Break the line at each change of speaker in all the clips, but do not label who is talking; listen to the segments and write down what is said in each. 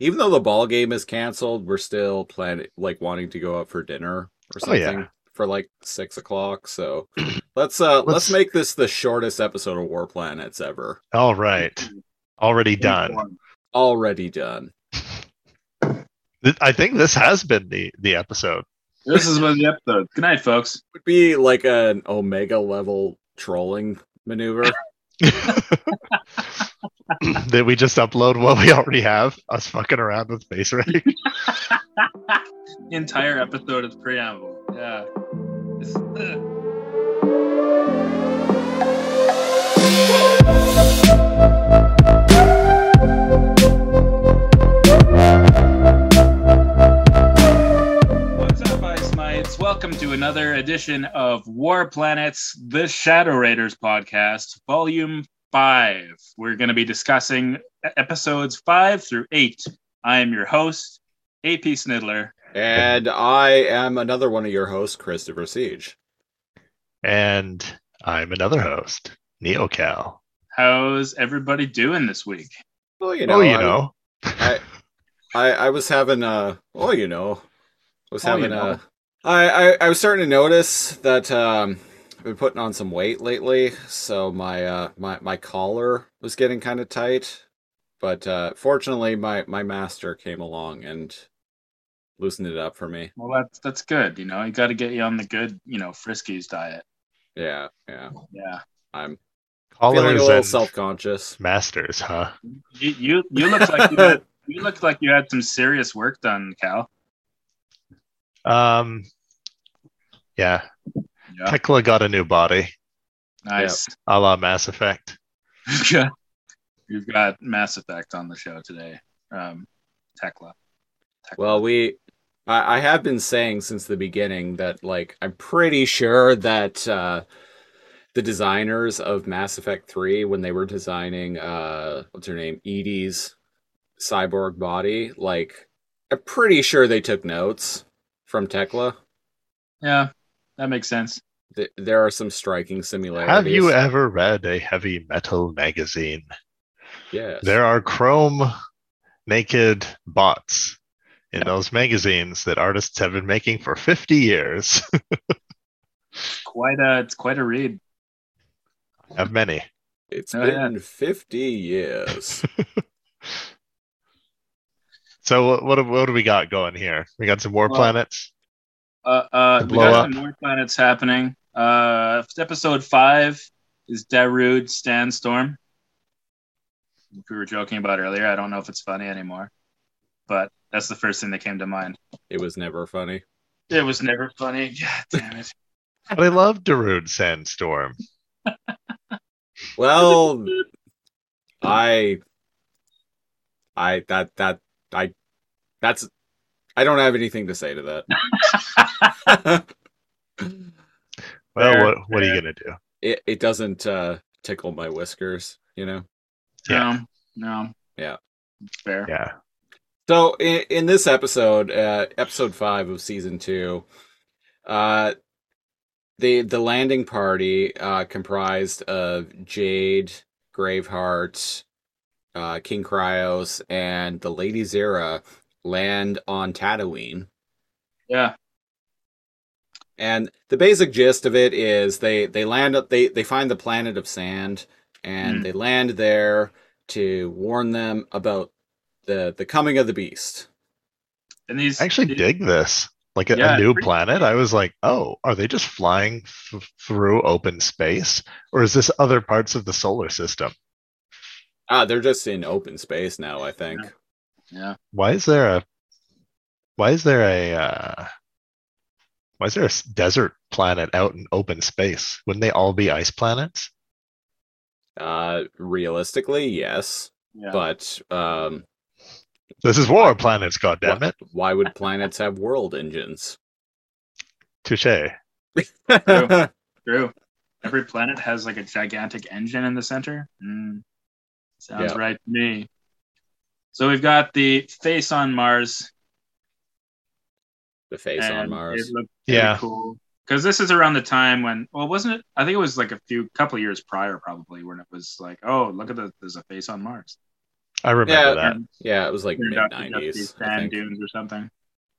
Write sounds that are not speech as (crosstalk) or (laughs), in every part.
even though the ball game is canceled, we're still planning like wanting to go out for dinner or
Oh, yeah.
something for like six o'clock.
(clears throat)
So let's uh let's,
Let's-
make this the shortest episode of War Planets ever.
All right. Already done.
Already done.
Th- I think this has been the the episode.
This has been the episode. Good night, folks.
Would be like an omega level trolling
(laughs)
maneuver.
Did we just upload what we already have? Us fucking around with face rate.
Entire episode of preamble. Yeah. uh. This- ugh. What's up, Ice Mites? Welcome to another edition of War Planets, the Shadow Raiders podcast, volume five. We're going to be discussing e- episodes five through eight. I am your host, AP Snidler.
and I am another one of your hosts, Christopher Siege.
And I'm another host, NeoCal.
How's everybody doing this week?
Well, you know,
oh, you
I-
know.
I, I was having uh well you know I was
Oh, you
having
know.
uh I, I I was starting to notice that um I've been putting on some weight lately so my uh my my collar was getting kind of tight but uh fortunately my my master came along and loosened it up for me
Well, that's that's good. You know, you got to get you on the good, you know, Friskies diet.
yeah yeah
Yeah,
I'm feeling a
Callers
little
and
self conscious
masters, huh?
you you, you look like you, had, you look like you had some serious work done, Cal.
Um, yeah.
Yeah,
Tekla got a new body,
nice. (laughs)
a la Mass Effect.
Yeah. You've got Mass Effect on the show today, um, Tekla. Tekla.
Well, we, I, I have been saying since the beginning that like I'm pretty sure that uh, the designers of Mass Effect Three, when they were designing uh, what's her name, Edie's cyborg body, like I'm pretty sure they took notes from Tekla.
yeah, that makes sense.
Th- there are some striking similarities.
Have you e- ever read a heavy metal magazine?
Yes.
There are chrome naked bots in those magazines that artists have been making for 50 years. (laughs)
Quite a it's quite a read.
have many.
It's
Oh, yeah.
been 50
(laughs)
years.
So what what, do- what do we got going here? We got some war
Well,
planets.
Uh, uh,
The
we got
blow
some more planets happening. Uh, episode five is Darude Sandstorm. Which we were joking about earlier. I don't know if it's funny anymore, but that's the first thing that came to mind.
it was never funny.
It was never funny. (laughs) God damn it.
But I love Darude Sandstorm.
Well, I, I that that I, that's, I don't have anything to say to that.
Well,
Fair,
what, what are you gonna do?
it it doesn't uh, tickle my whiskers, you know.
Yeah.
No, no.
Yeah.
Fair.
Yeah.
So in, in this episode, uh, episode five of season two, uh, the the landing party uh, comprised of Jade, Graveheart, uh, King Cryos, and the Lady Zera land on Tatooine.
Yeah.
And the basic gist of it is they they land up they they find the planet of sand and
Mhm.
they land there to warn them about the the coming of the beast.
And these
I actually
these-
dig this. Like a, a
Yeah, it's
new
pretty
planet, I was like, oh, are they just flying f- through open space, or is this other parts of the solar system?
Ah, they're just in open space now, I think.
Yeah.
Why is there a why is there a uh, why is there a s- desert planet out in open space? Wouldn't they all be ice planets?
Uh realistically, yes,
Yeah.
but um
This is war planets, goddammit. it!
wh- why
(laughs)
would planets have world engines?
Touche.
True. True. Every planet has like a gigantic engine in the center. Mm. Sounds
Yeah.
right to me. So we've got the face on Mars.
(laughs) the face on
and
Mars.
It looked
Yeah.
yeah. cool. Because this is around the time when, well, wasn't it? I think it was like a few couple years prior, probably, when it was like, oh, look at the, there's a face on Mars.
I remember
Yeah.
that.
Yeah, it was like
Turned
mid
out to just be
nineties.
sand dunes or something.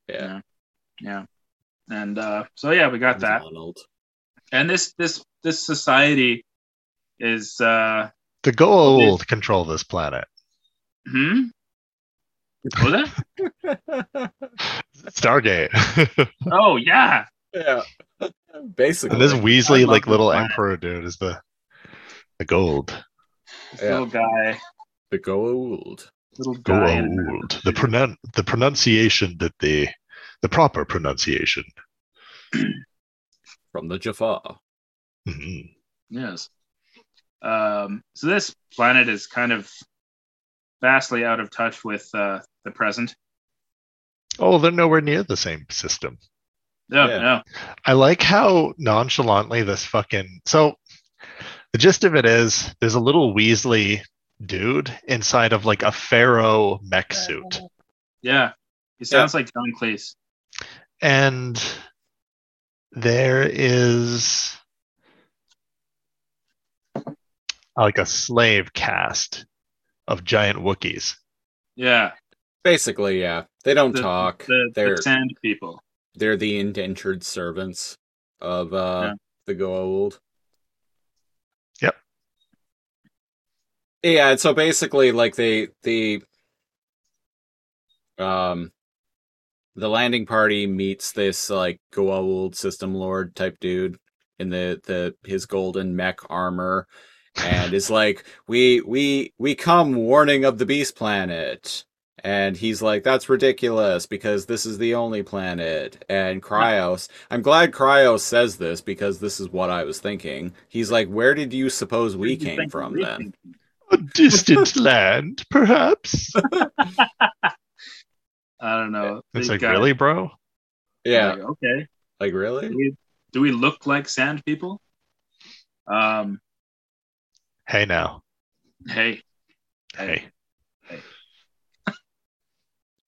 Yeah.
Yeah. And uh, so yeah, we got that.
Donald.
And this this this society is uh
The gold control this planet.
hmm? What was
(laughs)
that?
Stargate. (laughs)
oh yeah.
Yeah. Basically.
and this Weasley
love
like
this
little
planet.
emperor dude is the the gold.
This
Yeah.
little guy.
the gold.
Little guy. in-
Gold. The pronoun the pronunciation that the the proper pronunciation.
from the Jafar.
Mhm.
Yes. Um, so this planet is kind of vastly out of touch with uh, the present.
Oh, they're nowhere near the same system.
No,
Yeah.
Oh, no.
I like how nonchalantly this fucking so the gist of it is there's a little Weasley dude inside of like a pharaoh mech suit.
Yeah. He sounds like John Cleese.
And there is like a slave cast of giant Wookiees.
Yeah.
Basically, yeah. They don't
The-
talk.
The,
they're
the sand people.
they're the indentured servants of uh
Yeah.
the gold.
Yep.
Yeah, and so basically like they the um the landing party meets this like Goa'uld system lord type dude in the the his golden mech armor and is like we we we come warning of the beast planet and he's like that's ridiculous because this is the only planet and cryos i'm glad cryos says this because this is what i was thinking he's like where did you suppose we
You think
came from
we
then
think-
A distant land, perhaps.
I don't know.
It's
These
like,
guys-
really, bro?
yeah
Like, okay.
like
Do
really
we, do we look like sand people? Um.
Hey now.
Hey.
Hey.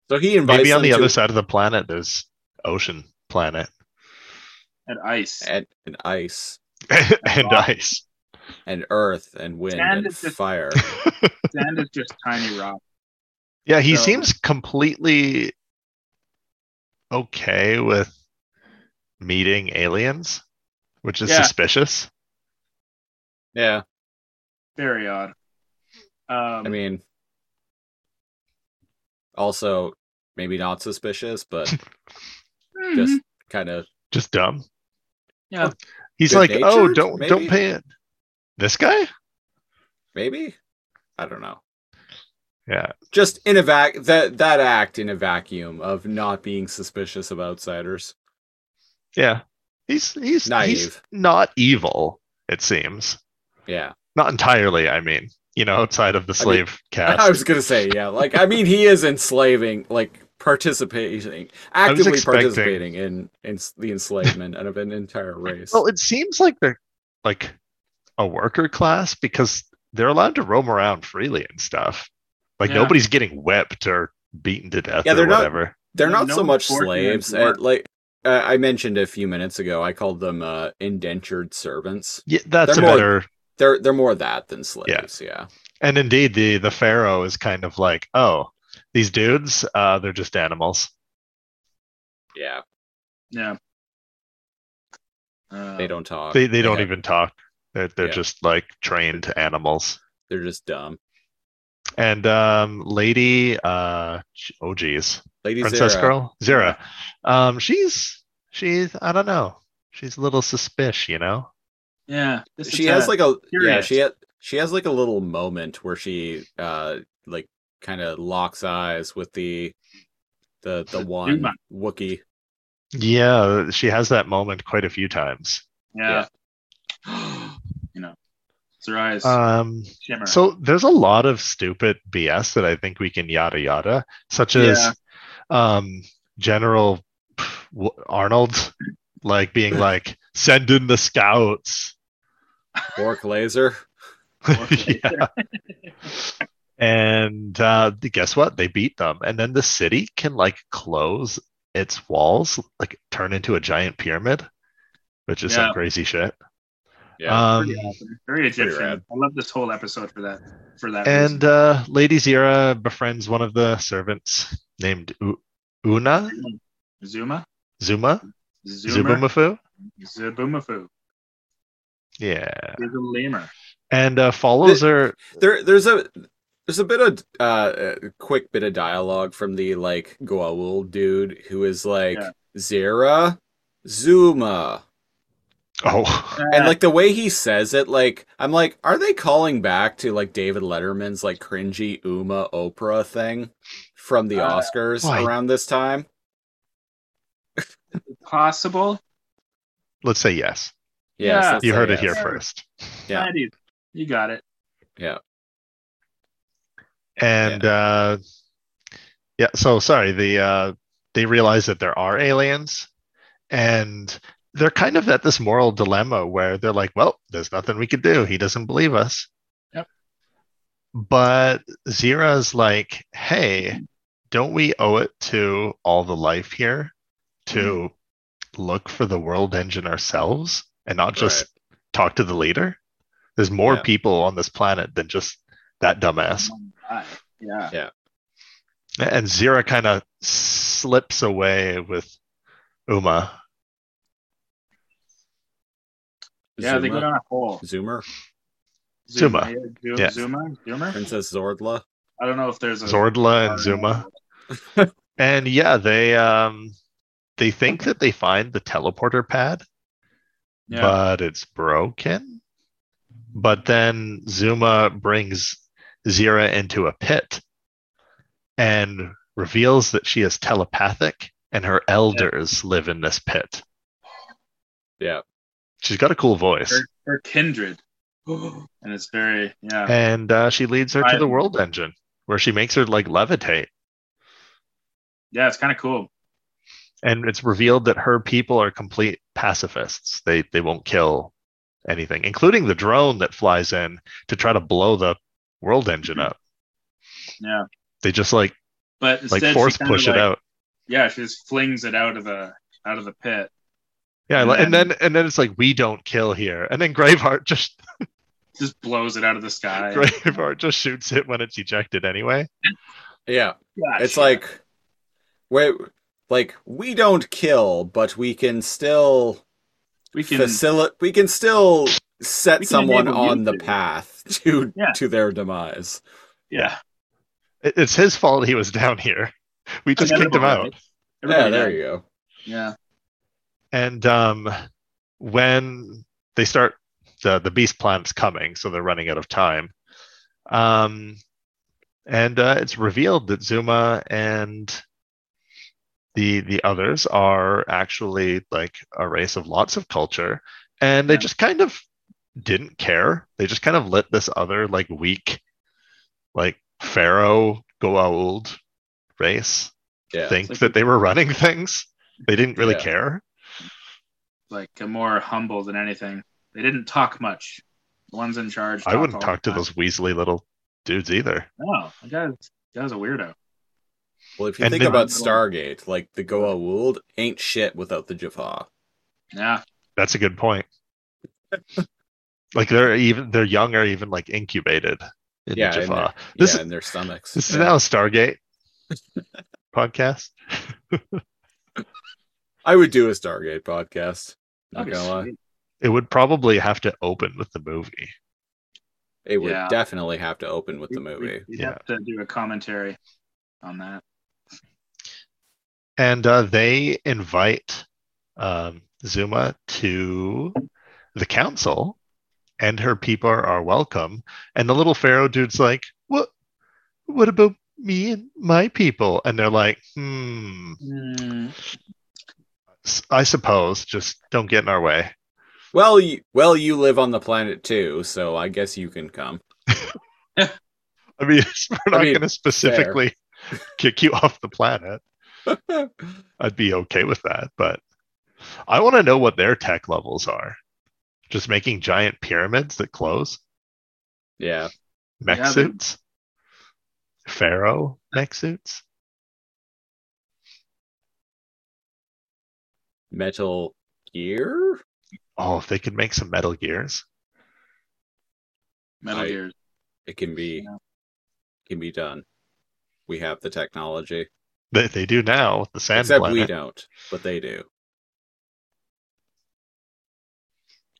so he invites
Maybe on
them
the
to
other side of the planet there's ocean planet
And
(laughs)
ice.
and, and ice
(laughs) and ice.
and earth and wind
Sand
and,
is just-
(laughs)
fire
Sand is just tiny rock.
Yeah, he
So-
seems completely okay with meeting aliens, which is
Yeah.
suspicious.
yeah
Very odd. Um,
i mean also maybe not suspicious
(laughs)
but
mhm.
just kind of
Just dumb.
Yeah.
He's
Good
like, "Oh,
natured,
don't
maybe?"
don't pay it." This guy?
maybe i don't know
Yeah.
just in a vac that that act in a vacuum of not being suspicious of outsiders
Yeah. He's he's he's
Naive.
not evil, it seems.
yeah
Not entirely, I mean. You know, outside of the
(laughs) I mean,
slave cast.
i was gonna say yeah like i mean he is enslaving like participating
was
actively
expecting-
participating in in s- the enslavement of an entire race
Well, it seems like they're like a worker class because they're allowed to roam around freely and stuff. Like
Yeah.
nobody's getting whipped or beaten to death
Yeah,
or
they're not-
whatever.
they're
Yeah,
not
no
so much
one's forcing them to
slaves uh,
work.
like uh, i mentioned a few minutes ago i called them uh, indentured servants
Yeah, that's
They're
a
more-
better.
they're they're more that than slaves yeah
And indeed, the the pharaoh is kind of like, oh, these dudes, uh, they're just animals.
yeah,
Yeah. Uh,
they don't talk
They they don't
have-
even talk. They're they're
Yeah.
just like trained animals.
they're just dumb
And um, lady, uh, sh- oh geez,
ladies uh,
princess
Zara,
girl Zara. Um, she's she's I don't know. She's a little suspicious, you know.
Yeah. This
she has like a yeah
curious.
she ha- she has like a little moment where she uh like kind of locks eyes with the the
(laughs)
the one
Duma.
Wookie.
Yeah, she has that moment quite a few times.
yeah. (gasps) you know, it's her eyes
Uh,
Um,
shimmer.
so there's a lot of stupid BS that I think we can yada yada, such as
Yeah.
um, General pff, w- Arnold, like (laughs) being like, "Send in the scouts."
Bork laser
(laughs) Yeah. And uh, guess what? They beat them, and then the city can like close its walls, like turn into a giant pyramid, which is
Yeah.
some crazy shit.
Yeah.
um,
Pretty awesome. Very Egyptian.
rad.
I love this whole episode for that. For that.
and uh, Lady Zira befriends one of the servants named U- Una
uh,
reason. Zuma,
Zuma
Zuma,
Zubumafu.
Zubumafu.
Yeah,
He's a lemur.
and uh, follows her.
there there's a there's a bit of uh, a quick bit of dialogue from the like Goa'uld dude who is like
Yeah.
Zera Zuma
Oh, (laughs)
and like the way he says it like I'm like are they calling back to like David Letterman's like cringy Uma Oprah thing from the
Uh,
Oscars
why?
around this time
possible.
let's say yes.
yes
Yeah.
let's
You
say
heard
yes.
it here first.
Yeah.
Yeah. dude. You got it.
and uh yeah so sorry the uh they realize that there are aliens and they're kind of at this moral dilemma where they're like well there's nothing we could do he doesn't believe us
Yep.
but zira's like hey don't we owe it to all the life here to look for the world engine ourselves and not just talk to the leader there's more
Yeah.
people on this planet than just that dumbass
Hi. Oh Yeah.
and Zira kind of slips away with Uma.
Yeah, they go
Zuma?
down a hole.
Zoomer
Zuma.
yeah, Zu-
Yeah.
Zuma. Zuma.
Princess Zordla
I don't know if there's a
Zordla and Zuma. And yeah, they um they think that they find the teleporter pad,
Yeah.
but it's broken. But then Zuma brings Zira into a pit and reveals that she is telepathic and her elders live in this pit.
Yeah.
She's got a cool voice.
Her, her kindred. (gasps) and it's very yeah.
and uh, she leads her to
I-
the world engine where she makes her like levitate
Yeah, it's kind of cool.
and it's revealed that her people are complete pacifists they they won't kill anything including the drone that flies in to try to blow the world engine up
Mm-hmm. Yeah.
they just like
But
like
instead
force
she kinda,
push
like,
it out
Yeah, she just flings it out of the out of the pit.
yeah
and
like- and
then-
then and then it's like we don't kill here and then graveheart
(laughs)
just
Just blows it out of
(laughs)
the sky.
graveheart just shoots it when it's ejected anyway
yeah
Gosh,
it's
yeah.
like wait like we don't kill but we can still
we can
facili- we can still set
We can
someone
enable you
on the
to.
path to
Yeah.
to their demise
yeah.
It- it's his fault he was down here we just
Yeah,
kicked him out
yeah
everybody
there
does.
you go
Yeah.
And um, when they start, the the beast plant's coming, so they're running out of time. Um, and uh, it's revealed that Zuma and the the others are actually like a race of lots of culture, and they
Yeah.
just kind of didn't care. They just kind of let this other like weak, like pharaoh Goa'uld race
yeah
think
like-
that they were running (laughs) things. They didn't really
Yeah.
care.
Like uh, more humble than anything. They didn't talk much. The ones in charge.
I wouldn't
all
talk to
the time.
those Weasley little dudes either.
No, that guy's that guy's a weirdo.
well if you
And
think
then-
about stargate like the goa world ain't shit without the jaffa
Yeah.
That's a good point. like they're even they're young or even like incubated in
Yeah,
the
and
Jaffa.
yeah
This is-
in their stomachs
This is
Yeah.
now a
(laughs)
Stargate podcast.
i would do a stargate podcast not
Okay,
gonna lie
sweet.
It would probably have to open with the movie.
it would
Yeah.
definitely have to open with the
We- we-
movie
We'd have to do a commentary on that.
And uh, they invite um, Zuma to the council, and her people are welcome. And the little Pharaoh dude's like, "What? What about me and my people?" And they're like, "Hmm,
Mm,
s- I suppose. Just don't get in our way." (laughs)
well you, well you live on the planet too so i guess you can come (laughs)
I mean, (laughs) we're
I
not
mean,
going to specifically (laughs) kick you off the planet. I'd be okay with that, but I want to know what their tech levels are. Just making giant pyramids that close.
yeah
mech
Yeah, they-
suits, pharaoh mech suits.
metal gear
Oh, if they could make some Metal Gears.
Metal
I-
Gear.
It can be
Yeah.
can be done. We have the technology.
They, they do now with the sand
Except
planet.
we don't, but they do.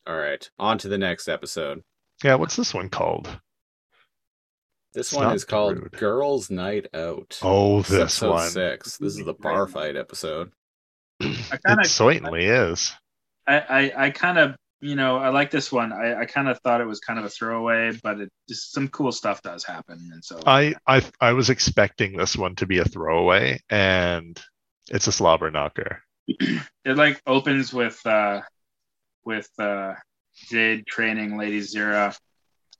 All right, on to the next episode.
Yeah, what's this one called?
This
It's
one
not
is called
rude.
Girls Night Out.
Oh,
is
this
episode
one. (clears throat)
six. This
(laughs)
is the bar fight episode.
I kind
It
of,
certainly is.
I, I, I kind of, you know, I like this one. I, I kind of thought it was kind of a throwaway, but it just some cool stuff does happen, and so
I, I I was expecting this one to be a throwaway, and it's a slobber knocker.
it like opens with uh with uh Jade training Lady Zira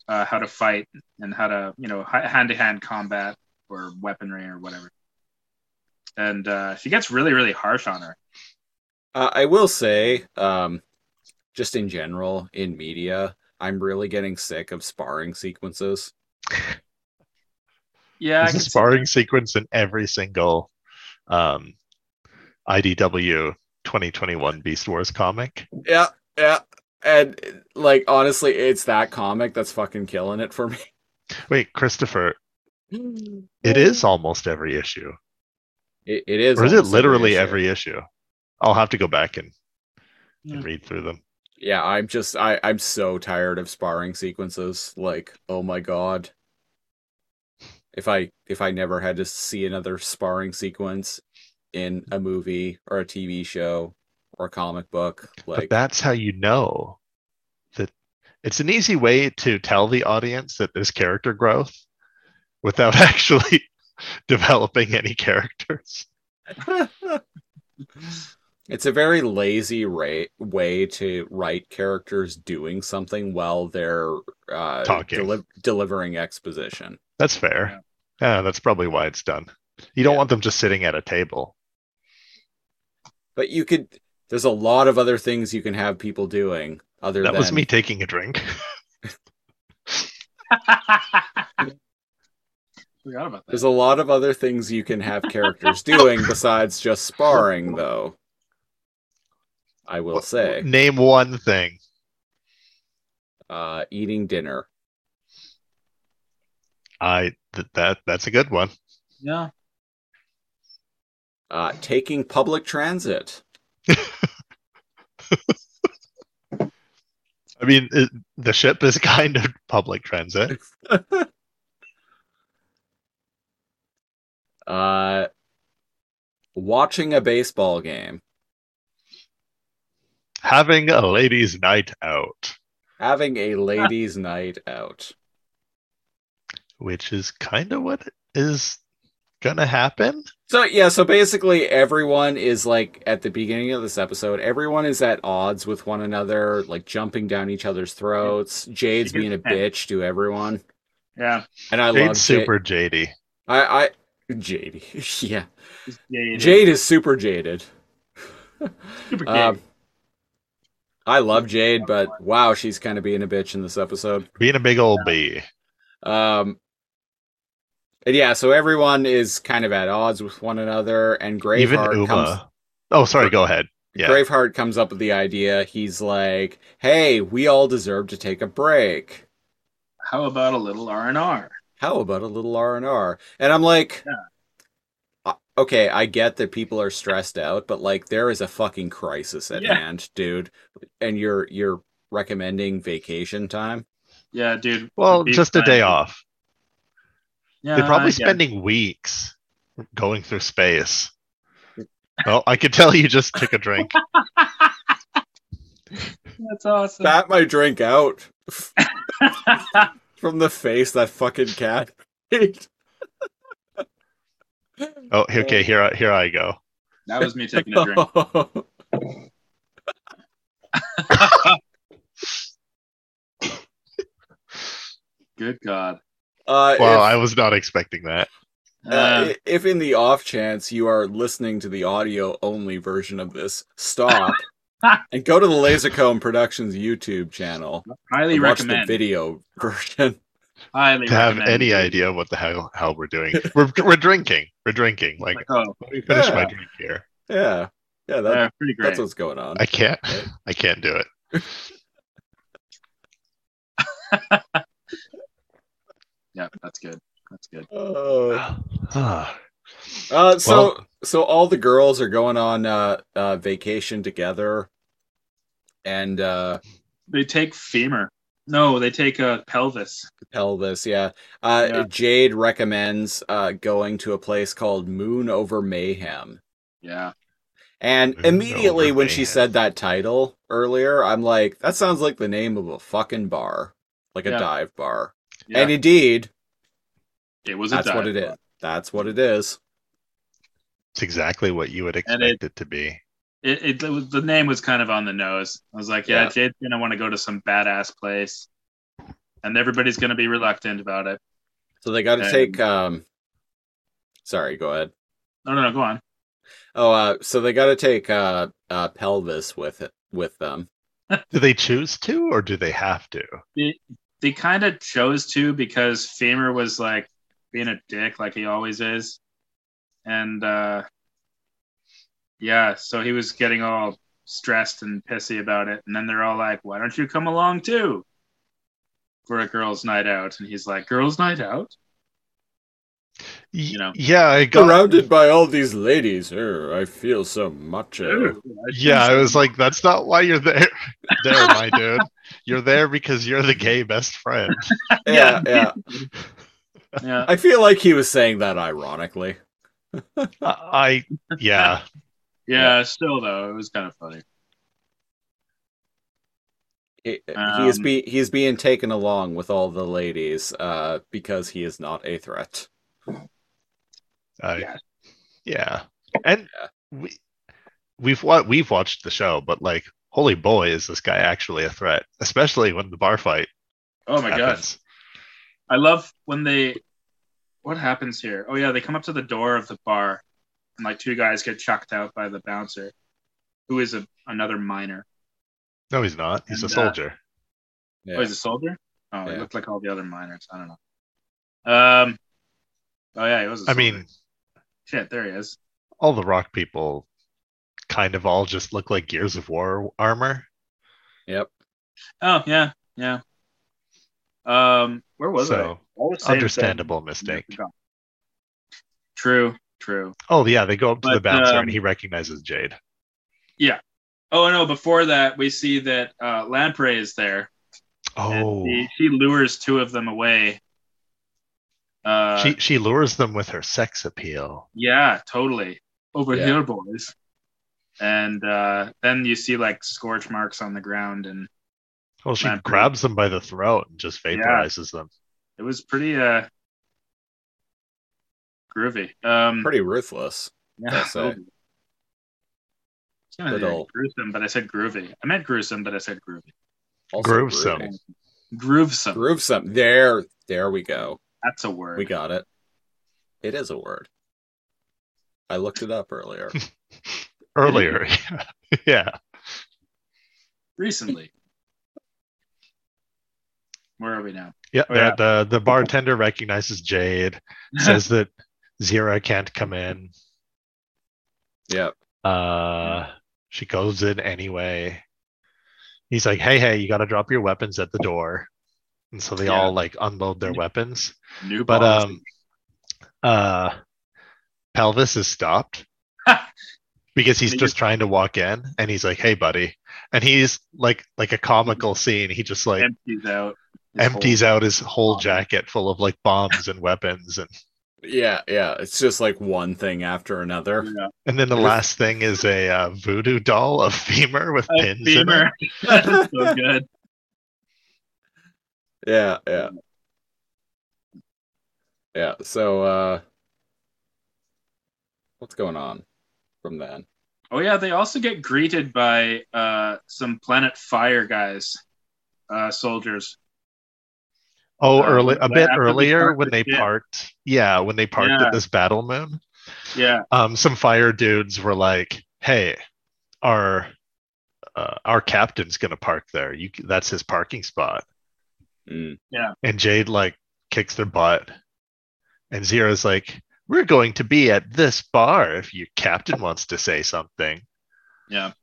uh how to fight and how to you know hand to hand combat or weaponry or whatever. And uh she gets really really harsh on her.
Uh, I will say, um, just in general, in media, I'm really getting sick of sparring sequences.
Yeah, I
There's
can
a
see
sparring sequence in every single um, IDW 2021 Beast Wars comic.
Yeah, yeah. And like honestly, it's that comic that's fucking killing it for me.
Wait, Christopher, it is almost every issue,
It, it is.
or is it
almost
literally
issue.
every issue? I'll have to go back and,
Yeah.
and read through them.
Yeah, I'm just I I'm so tired of sparring sequences. Like, oh my god. If I if I never had to see another sparring sequence in a movie or a TV show or a comic book,
but
like
that's how you know that it's an easy way to tell the audience that there's character growth without (laughs) actually developing any characters.
it's a very lazy ra- way to write characters doing something while they're uh,
Talking.
deli- delivering exposition.
That's fair. Yeah, that's probably why it's done. You don't
Yeah.
want them just sitting at a table.
But you could. There's a lot of other things you can have people doing other
That
than
was me taking
(laughs)
a drink.
(laughs) Forgot about
There's
that.
a lot of other things you can have characters doing besides just sparring, though. I will say,
Name one thing.
uh, eating dinner.
I th- that that's a good one.
Yeah.
uh, taking public transit.
I mean, it, the ship is (laughs) kind of public transit.
Uh, watching a baseball game.
Having a ladies' night out,
Having a
(laughs)
ladies' night out.
which is kind of what is gonna happen.
So yeah, so basically everyone is like at the beginning of this episode, everyone is at odds with one another, like jumping down each other's throats. Jade's being a bitch to everyone.
Yeah.
And I love
Jade's
Jade.
super JD.
I I Jade. (laughs) Yeah.
Yeah, yeah, yeah.
Jade is super jaded.
Super
Um,
gay.
I love Jade, but wow, she's kind of being a bitch in this episode.
Being a big old bee.
Um, and yeah, so everyone is kind of at odds with one another, and
Even
Braveheart
Uma.
comes.
Oh, sorry, go ahead. Yeah.
Braveheart comes up with the idea. He's like, "Hey, we all deserve to take a break.
How about a little R and R?
How about a little R and R?" And I'm like, "Uh, "Okay, I get that people are stressed out, but like, there is a fucking crisis at
Yeah.
hand, dude. And you're you're recommending vacation
(laughs)
time.
Yeah, dude.
Well,
Big
just a
time.
day off.
Yeah,
They're probably
Uh, yeah.
spending weeks going
(laughs)
through space. Well, I could tell you just took a drink.
That's awesome.
Spat my drink out from the face that fucking cat." (laughs) made.
Oh, okay. Here, I, here I go.
that was
(laughs)
me taking a drink. Good God.
Uh,
Wow,
if-
I was not expecting that.
Uh,
Uh,
i- if in the off chance you are listening to the audio only version of this,
(laughs)
stop and go to the Lasercomb Productions YouTube channel.
highly
and watch the
recommend.
video (laughs) version.
Highly
To have
recommend.
any idea what the hell hell we're doing, we're we're drinking. We're drinking. Like,
Like, oh,
let me finish
Yeah.
my drink here.
Yeah, yeah, that,
yeah, pretty great.
that's what's going on.
I can't. I can't do it.
Yeah, that's good. That's good. (sighs)
Uh,
Ah.
uh, so
Well-
so all the girls are going on uh, uh, vacation together, and uh,
They take femur. No, they take uh, pelvis.
pelvis. Yeah. Uh,
Yeah.
Jade recommends uh, going to a place called Moon Over Mayhem.
Yeah.
And
Moon
immediately
Over
when she
Mayhem.
said that title earlier, I'm like, that sounds like the name of a fucking bar, like
Yeah.
a dive bar.
yeah.
And indeed,
it was a
that's what it
dive
is.
bar.
That's what it is.
It's exactly what you would expect
And it-
it, to be.
It, it, it was, the name was kind of on the nose. I was like, yeah,
Yeah.
Jade's gonna want to go to some badass place, and everybody's gonna be reluctant about it.
So they got to
And-
take. Um, sorry, go ahead.
No, no, no, go on.
Oh, uh, so they got to take uh, uh, pelvis with it with them.
Do they choose to, or do they have to?
They kind of chose to because femur was like being a dick, like he always is, and uh, yeah, so he was getting all stressed and pissy about it. And then they're all like, "Why don't you come along too?" For a girls' night out, and he's like, "Girls' night out."
You
know.
Yeah, I got.
Surrounded by all these ladies, er, I feel so macho.
Ooh, I
Yeah,
think
I
so.
was like, that's not why you're
(laughs)
there, there, my dude. You're there because you're the gay best friend.
Yeah, yeah.
yeah.
I feel like he was saying that ironically.
I, I- yeah.
Yeah, still though, it was kind of funny.
He, he is
Um,
be he's being taken along with all the ladies uh, because he is not a threat.
I-
Yeah.
yeah. And
Yeah.
we we've wa- we've watched the show, but like, holy boy, is this guy actually a threat? Especially when the bar fight.
Oh my god.
happens.
I love when they what happens here? Oh yeah, they come up to the door of the bar and like two guys get chucked out by the bouncer, who is a another miner.
No, he's not. He's
And,
a
uh,
soldier.
Yeah.
Oh, he's a soldier? Oh,
Yeah.
he looked like all the other miners. I don't know. Um Oh yeah, he was a
I
soldier.
mean,
shit, there he is.
all the rock people kind of all just look like Gears of War armor.
Yep.
Oh yeah, yeah. Um where was I? I?
so
was saying something.
understandable mistake.
True, true.
Oh yeah, they go up to the
But,
bouncer
um,
and he recognizes Jade.
Oh no! Before that, we see that uh, Lamprey is there. and
Oh,
she, she lures two of them away. Uh,
she she lures them with her sex appeal.
yeah, totally. Over
Yeah.
here, boys. And uh, then you see like scorch marks on the ground, and
Well, she
Lamprey.
grabs them by the throat and just vaporizes them.
it was pretty uh, groovy. Um,
Pretty ruthless.
yeah,
I'll say.
It's gonna be
Little-
gruesome, but I said groovy. I meant gruesome, but I said groovy.
Also
Gruesome.
groovy.
Groovesome.
Groovesome. There, there we go.
That's a word.
We got it. It is a word. I looked it up earlier.
(laughs)
earlier. (laughs) yeah.
Recently. Where are we now?
Yeah.
Oh, yeah.
The, the the bartender recognizes
(laughs)
Jade, says that Zira can't come in.
yep.
Uh she goes in anyway. He's like, Hey, hey, you gotta drop your weapons at the door. And so they
Yeah.
all like unload their weapons.
New
But
policy.
um uh Pelvis is stopped. Because he's
And
just trying to walk in and he's like, Hey buddy. And he's like like a comical scene. He just like
empties out. his
empties out his whole
bomb.
jacket full of like bombs and weapons and
Yeah, yeah. It's just like one thing after
whole-
another.
(laughs)
Yeah.
and then the
It was-
last thing is a uh, voodoo doll of femur with
A
pins in it
femur. (laughs) That's so good.
Yeah, yeah. Yeah. So uh what's going on from then?
Oh yeah, they also get greeted by uh, some Planet Fire guys, uh, soldiers.
oh
Uh,
early a
but
bit
after we
earlier
parked
when they
the ship.
parked yeah when they parked
Yeah.
at this battle moon
Yeah,
um some fire dudes were like hey our uh, our captain's gonna park there you c- that's his parking spot
Mm.
and Jade like kicks their butt, and Zira's like, "We're going to be at this bar if your captain wants to say something."
yeah.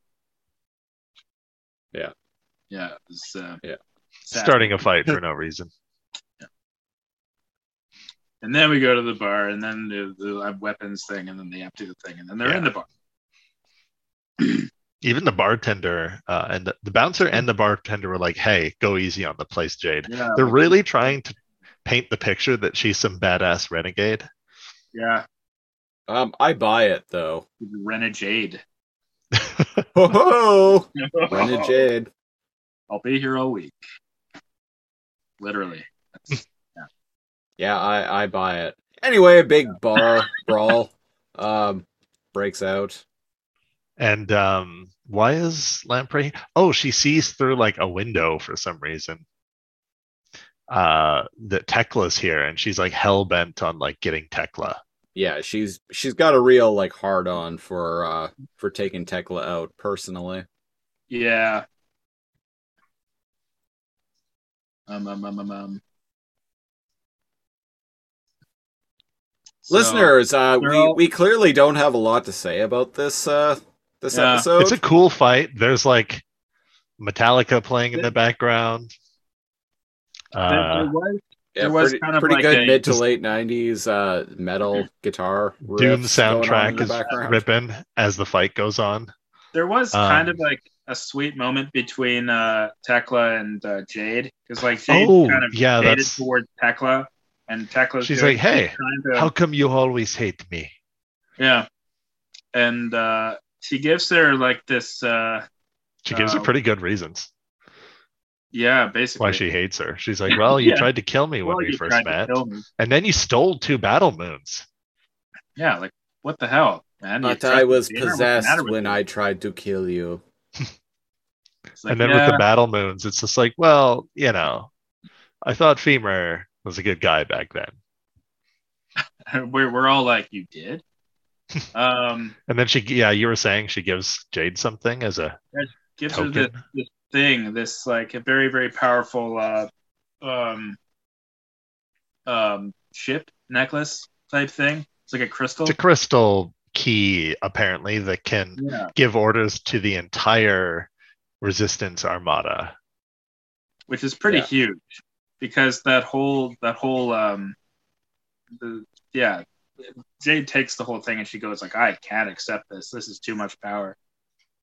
Yeah.
Yeah. it was, uh,
Yeah.
sad.
starting a fight for no reason.
And then we go to the bar, and then the, the weapons thing, and then they empty the thing, and then they're in
Yeah.
the bar.
Even the bartender uh, and the, the bouncer and the bartender were like, "Hey, go easy on the place, Jade."
Yeah.
They're really trying to paint the picture that she's some badass renegade.
Yeah.
Um, I buy it though. (laughs)
Renegade.
Ho ho! Renegade.
(laughs) I'll be here all week. Literally. That's-
Yeah, I I buy it. Anyway, a big bar brawl um breaks out.
And um, why is Lamprey? Oh, she sees through like a window for some reason. Uh, that Tekla's here, and she's like hell bent on like getting Tekla.
Yeah, she's she's got a real like hard on for uh for taking Tekla out personally.
yeah. Um, um, um, um, um. So-
Listeners, uh we
Girl.
we clearly don't have a lot to say about this uh this
Yeah.
episode.
It's a cool fight. There's like Metallica playing in the background.
There-
Uh,
there was-
Yeah,
There was
pretty,
kind of
pretty
like
good
a-
mid to late '90s uh, metal guitar riffs
Doom
going on in
soundtrack
the
is
background.
ripping as the fight goes on.
there was
Um,
kind of like a sweet moment between uh, Tekla and uh, Jade because like Jade
Oh,
kind of
yeah,
jaded
that's-
towards Tekla, and Tekla.
She's like, "Hey,
trying to,
How come you always hate me?
yeah," and uh, she gives her like this, uh,
She gives her
Um,
Oh.
pretty good reasons
yeah, basically
why she hates her. She's like, "Well, you
(laughs) Yeah.
tried to kill me when
Well,
we
you
first
tried to
met,
kill me.
and then you stole two battle moons."
Yeah, like what the hell, man? You
But
tried
I
to
was
beat her? What's the matter
possessed
with
when
you?
I tried to kill you.
It's like,
and then
yeah,
with the battle moons, it's just like, well, you know, I thought Femur was a good guy back then.
(laughs) we're we're all like, you
(laughs)
did. Um,
And then she, yeah, you were saying she gives Jade something as a
gives her this
token.
thing, this like a very very powerful uh, um, um, ship necklace type thing. It's like a crystal.
It's a crystal key, apparently, that can
Yeah,
give orders to the entire Resistance Armada.
which is pretty
Yeah.
huge because that whole that whole um, the, yeah. Jade takes the whole thing and she goes like, "I can't accept this. This is too much power."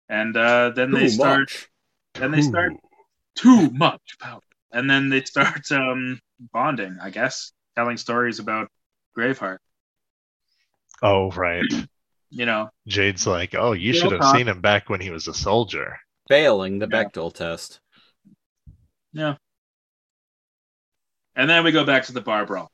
And uh, then they
Too
start
much.
And they start-
Ooh.
too much power. And then they start um, bonding, I guess, telling stories about Graveheart.
Oh, right.
You know,
Jade's like, oh, you
Real
should have
talk.
seen him back when he was a soldier.
failing the
Yeah.
Bechtel test.
and then we go back to the bar brawl.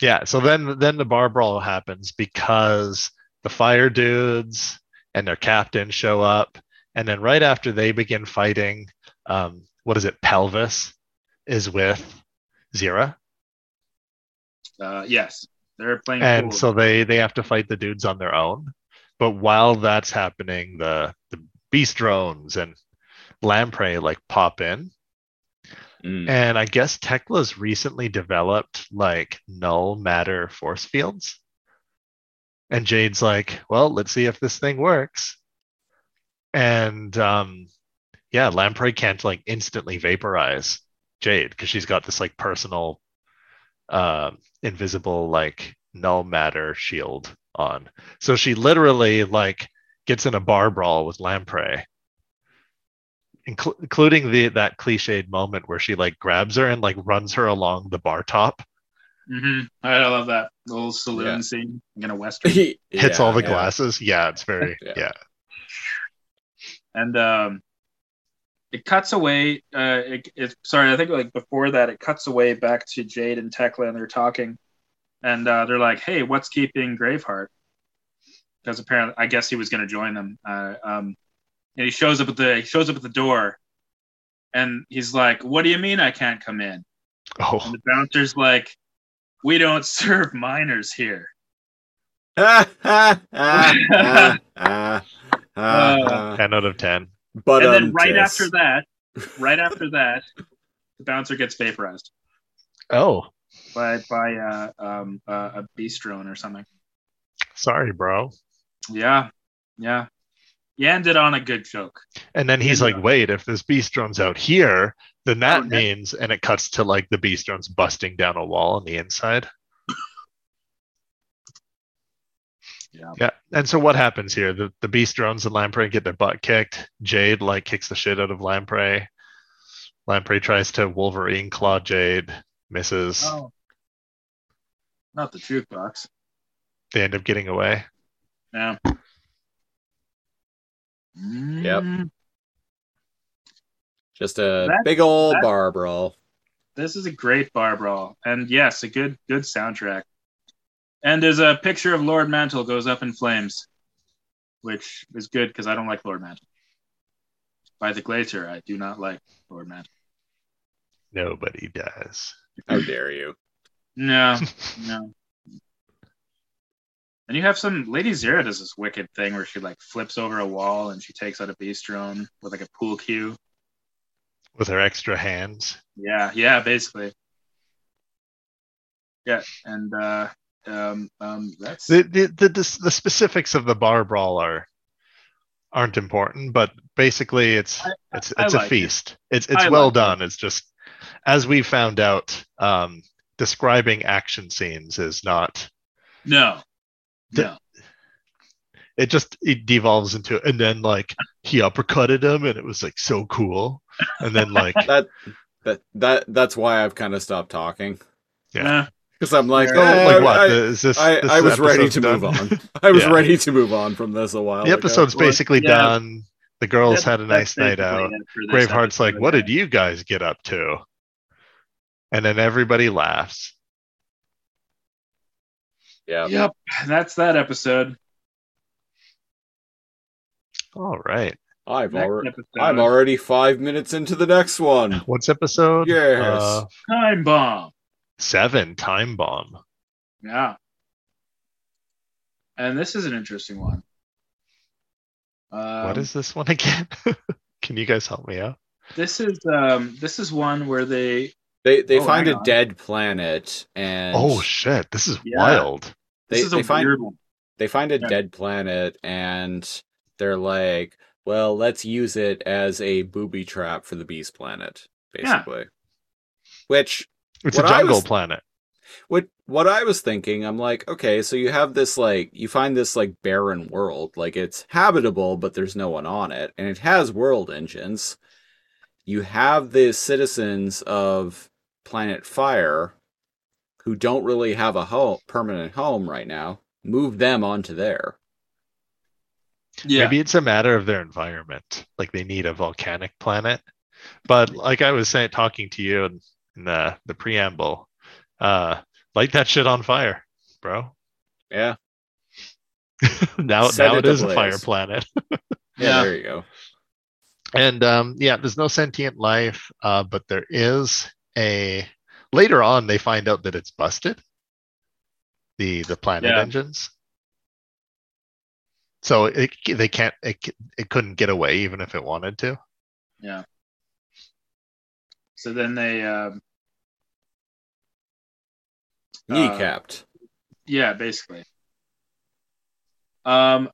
Yeah, so then then the bar brawl happens because the fire dudes and their captain show up, and then right after they begin fighting, um, what is it? Pelvis is with Zira,
Uh, yes, they're playing
and
pool.
so they they have to fight the dudes on their own. But while that's happening, the the beast drones and Lamprey like pop in,
Mm.
and I guess Tekla's recently developed like null matter force fields. And Jade's like, well, let's see if this thing works. And um, yeah, Lamprey can't like instantly vaporize Jade because she's got this like personal uh, invisible like null matter shield on. So she literally like gets in a bar brawl with Lamprey inclu- including the that cliched moment where she like grabs her and like runs her along the bar top,
Mhm. I love that little saloon
Yeah.
scene. I'm gonna western.
hits all the
(laughs) Yeah, yeah.
glasses. Yeah, it's very
(laughs) Yeah.
yeah.
and um, it cuts away. Uh, it, it, sorry, I think like before that, it cuts away back to Jade and Tekla, and they're talking, and uh, they're like, "Hey, what's keeping Graveheart?" Because apparently, I guess he was going to join them. Uh, um, and he shows up at the he shows up at the door, and he's like, "What do you mean I can't come in?"
Oh,
And the bouncer's like, "We don't (laughs) serve minors here."
(laughs) Ah, ah, ah, ah,
(laughs)
ah,
Uh,
ah, ah.
ten out of ten.
But
and then
um,
right
tis.
after that,
(laughs)
right after that, the bouncer gets vaporized.
Oh,
by by uh, um, uh, a beast drone or something.
sorry, bro.
Yeah, yeah. You ended on a good joke.
And then he's like, wait, if this beast drone's out here, then that
Oh, yeah.
means, and it cuts to like the beast drone's busting down a wall on the inside.
Yeah.
Yeah. And so what happens here? The, the beast drones and Lamprey get their butt kicked. Jade like kicks the shit out of Lamprey. Lamprey tries to Wolverine claw Jade, misses.
Oh. Not the truth box.
They end up getting away.
No.
Yep.
Mm,
Just a
That-
big old
that-
bar brawl.
This is a great bar brawl. And yes, a good good soundtrack. And there's a picture of Lord Mantle goes up in flames, which is good because I don't like Lord Mantle. By the Glacier, I do not like Lord Mantle.
Nobody does.
How dare you?
No, no. And you have some Lady Zera does this wicked thing where she like flips over a wall and she takes out a beast drone with like a pool cue.
With her extra hands.
Yeah, yeah, basically. Yeah, and uh, um, um, that's
the the the, the, the specifics of the bar brawl are aren't important, but basically it's
I-
it's
I
it's
like
a
it.
feast. It's it's
I
well
like it.
done. It's just as we found out, um, describing action scenes is not.
no,
The-
no,
It just it devolves into and then like he uppercutted him and it was like so cool, and
(laughs)
then like oh,
That that that that's why I've kind of stopped talking
yeah.
Uh,
because I'm like,
oh
eh,
like what
I,
is this?
I,
this
I was ready
episode's
to move
done? (laughs)
on. I was
Yeah.
ready to move on from this a while.
the episode's
Well,
basically
yeah.
done. The girls
that's-
had a nice night
that's basically
out.
it for this
Braveheart's like,
episode,
"What
yeah.
did you guys get up to?" And then everybody laughs.
Ago. Yeah.
Yep, that's that episode.
All right.
I've
Next
already
episode.
I'm already five minutes into the next one.
What's episode? uh,
Yes.
time bomb.
seven. Time bomb.
Yeah. And this is an interesting one. Um,
what is this one (laughs) again? Can you guys help me out?
this? Is um, this is one where they
They they
Oh,
find
hang
a
on.
dead planet and
Oh shit! This is
Yeah.
wild.
they,
this is a
they find
weird one.
they find a
Yeah.
dead planet and they're like, well, let's use it as a booby trap for the beast planet,
Yeah.
basically. Which
It's
What
a
I
jungle
was-
planet.
what what I was thinking, I'm like, okay, so you have this like you find this like barren world, like it's habitable, but there's no one on it, and it has world engines. You have the citizens of Planet Fire, who don't really have a home, permanent home right now. Move them onto there.
Yeah,
Maybe it's a matter of their environment. Like they need a volcanic planet. But like I was saying, talking to you in, in the the preamble, uh, light that shit on fire, bro. (laughs)
Yeah,
now
Set
now
it
it is a
ablaze.
fire planet.
yeah.
Yeah.
There you go.
And um, yeah, there's no sentient life, uh, but there is a. Later on, they find out that it's busted. The the planet
Yeah.
engines. So it they can't it, it couldn't get away even if it wanted to.
yeah. So then they, um, Uh,
Kneecapped.
yeah, basically. Um.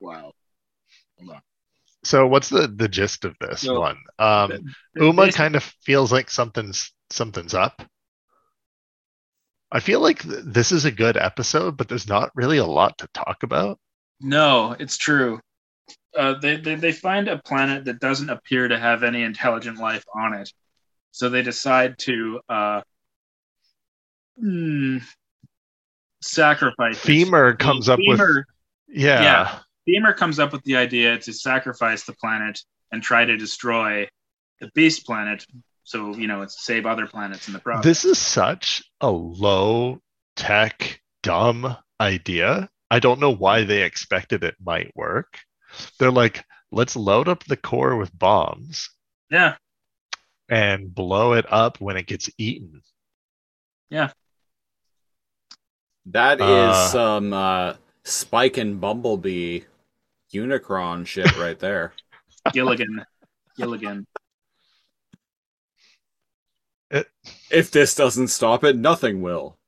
Wow.
So what's the the gist of this
No.
one? Um,
That-
Uma
Basi-
kind of feels like something's something's up. I feel like th- this is a good episode, but there's not really a lot to talk about.
No, it's true. Uh, they, they, they find a planet that doesn't appear to have any intelligent life on it. So they decide to uh, hmm, sacrifice. it.
Femur comes up with
Femur,
yeah,
Yeah. Femur comes up with the idea to sacrifice the planet and try to destroy the beast planet. So, you know, it's save other planets in the process.
This is such a low tech dumb idea. I don't know why they expected it might work. They're like, let's load up the core with bombs
yeah.
and blow it up when it gets eaten.
That is
Uh.
some uh, Spike and Bumblebee Unicron shit right there.
Gilligan. Gilligan. (clears throat)
if this doesn't stop it, nothing will.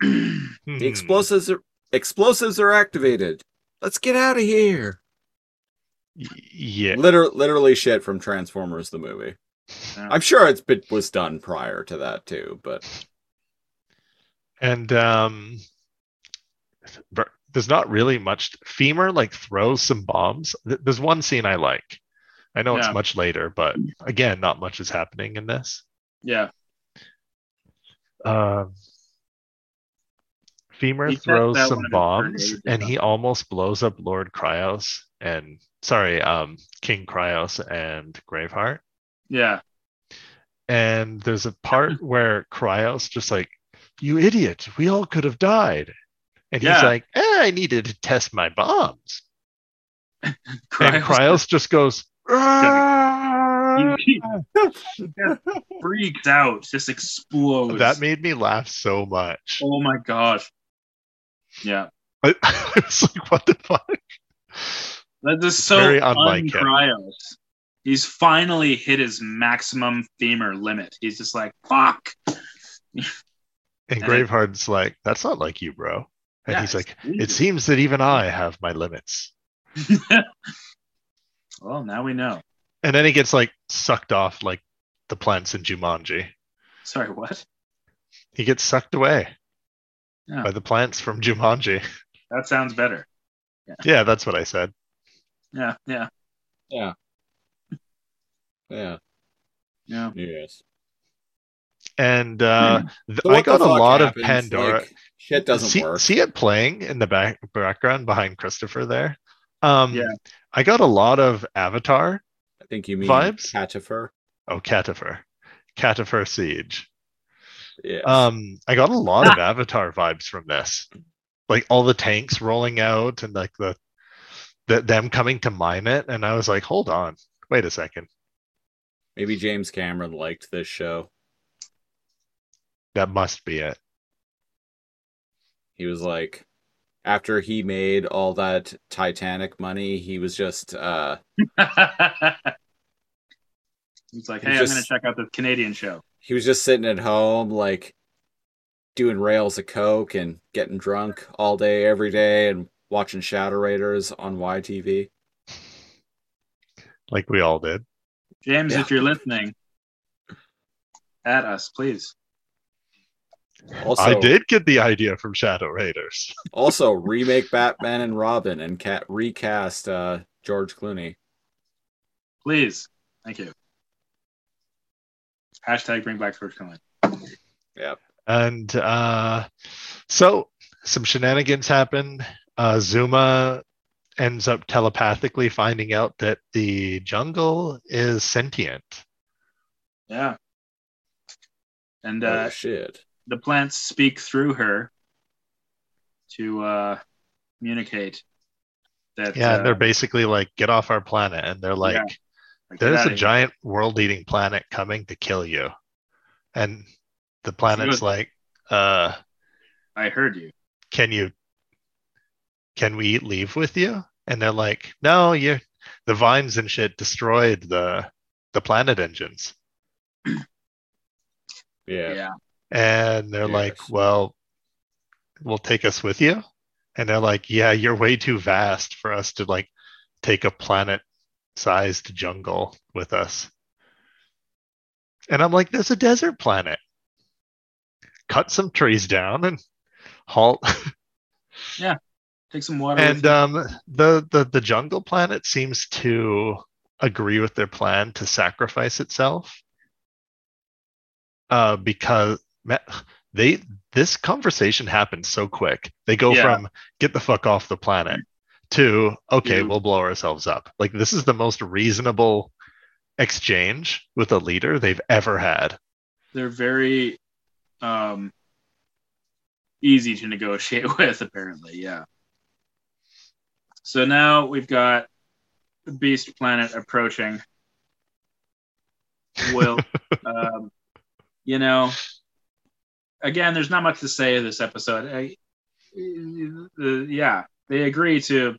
The
Hmm.
explosives are explosives are activated. Let's get out of here.
Y- yeah.
Liter- literally shit from Transformers the movie.
Yeah.
I'm sure it's been was done prior to that too, but
And um, ver- there's not really much. Femur like throws some bombs. Th- There's one scene I like. I know
Yeah.
it's much later, but again, not much is happening in this.
Yeah.
Um, Femur
He sets
throws
that
some
one up for
bombs,
days,
and
yeah.
he almost blows up Lord Cryos and sorry, um, King Cryos and Graveheart.
Yeah.
and there's a
(laughs)
part where Cryos just like, "You idiot! We all could have died," and
Yeah.
he's like, eh, "I needed to test my bombs," and
Cryos-
Cryos just goes, "Ah!"
He- he just freaks out, just explodes.
"That made me laugh so much."
oh my gosh. Yeah.
I, (laughs) I was like, "What the fuck?"
That is so
very unlike him.
un-Cryos. He's finally hit his maximum femur limit. He's just like, fuck.
And
And-
Graveheart's like, "That's not like you, bro." And
Yeah,
he's like,
Jesus.
"It seems that even I have my limits."
well, Oh, now we know.
And then he gets like sucked off like the plants in Jumanji.
Sorry, what?
He gets sucked away
Yeah.
by the plants from Jumanji. (laughs)
That sounds better.
Yeah, that's what I said.
Yeah, yeah,
yeah,
yeah. (laughs)
yes.
And uh, th-
So Hmm.
I
what the
got a
fuck
lot
happens?
of Pandora.
Like, shit doesn't
see,
work.
see it playing in the back background behind Christopher there. Um,
Yeah.
I got a lot of Avatar.
I think you mean
vibes?
Catifer.
Oh, Catifer, Catifer Siege.
Yeah.
Um, I got a lot of Avatar vibes from this, like all the tanks rolling out and like the, the them coming to mine it. And I was like, hold on, wait a second.
Maybe James Cameron liked this show.
That must be it.
He was like, after he made all that Titanic money, he was just uh,
He's like,
He's
hey, I'm going
just-
to check out the Canadian show.
he was just sitting at home like doing rails of coke and getting drunk all day every day and watching Shadow Raiders on YTV.
Like we all did.
James,
Yeah.
if you're listening, at us, please.
Also,
I did get the idea from Shadow Raiders.
also remake Batman and Robin and cat recast uh, George Clooney.
Please. Thank you. Hashtag bring back George Clooney.
And uh, so some shenanigans happen. Uh, Zuma ends up telepathically finding out that the jungle is sentient.
Yeah. And
Oh
uh,
shit!
the plants speak through her to uh, communicate that.
Yeah,
uh,
and they're basically like, get off our planet. And they're like,
like, get
there's
outta
a
here.
giant world eating planet coming to kill you. And the planet's like, uh,
I heard you.
can you can we leave with you and they're like no you the vines and shit destroyed the the planet engines
Yeah.
yeah.
and they're like
Yes.
well we'll take us with you and they're like yeah you're way too vast for us to like take a planet sized jungle with us and i'm like there's a desert planet cut some trees down and halt
Take some water. with
and
you.
um, the, the the jungle planet seems to agree with their plan to sacrifice itself uh, because ma- they this conversation happens so quick they go
Yeah.
from get the fuck off the planet to okay
Mhm.
we'll blow ourselves up like this is the most reasonable exchange with a leader they've ever had
they're very um, easy to negotiate (laughs) with, apparently. Yeah. So now we've got the Beast Planet approaching. Will, um, you know, again, there's not much to say in this episode. I, uh, yeah, they agree to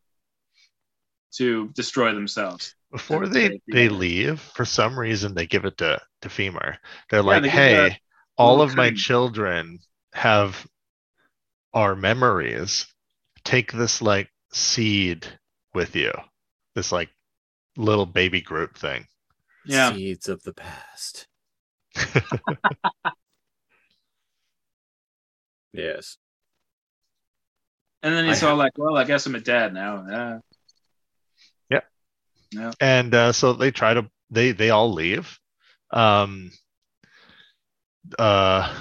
to destroy themselves.
before
That's
they
great,
they
yeah.
leave for some reason they give it to to femur they're like
they give
hey
that
all
little
of my
cutting.
children have our memories take this like seed with you. This like little baby Groot thing.
Yeah.
Seeds of the
(laughs)
past. yes. (laughs)
And then
I
he's all like, well, I guess I'm a dad now. Yeah.
and uh, so they try to they they all leave um uh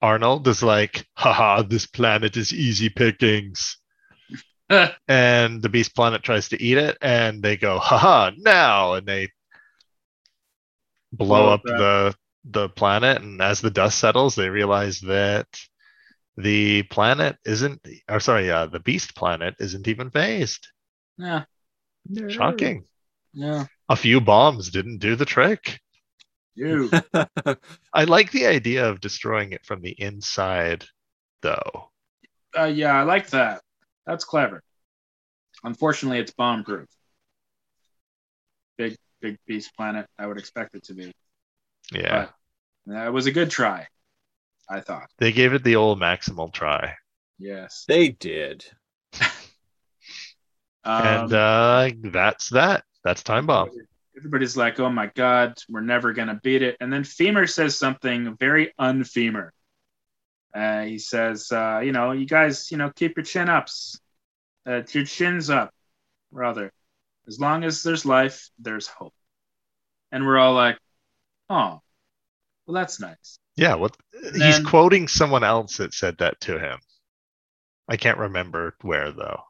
arnold is like haha this planet is easy pickings and the beast planet tries to eat it and they go haha now and they blow
Blow
up
it up.
the the planet and as the dust settles they realize that the planet isn't or sorry uh, the beast planet isn't even phased
(laughs) yeah.
shocking
Yeah.
a few bombs didn't do the trick.
You.
(laughs) I like the idea of destroying it from the inside, though.
Uh, yeah, I like that. That's clever. Unfortunately, it's bomb proof. Big, big beast planet. I would expect it to be.
Yeah.
Right. That was a good try, I thought.
They gave it the old maximal try.
Yes.
They did.
Um,
and uh, that's that. That's Time Bomb.
everybody's like, "Oh my god, we're never gonna beat it." And then Femur says something very unfemur. Uh, he says, uh, "You know, you guys, you know, keep your chin ups, uh, your chins up, rather. As long as there's life, there's hope." And we're all like, "Oh, well, that's nice."
Yeah. What? He's
then-
quoting someone else that said that to him. I can't remember where, though.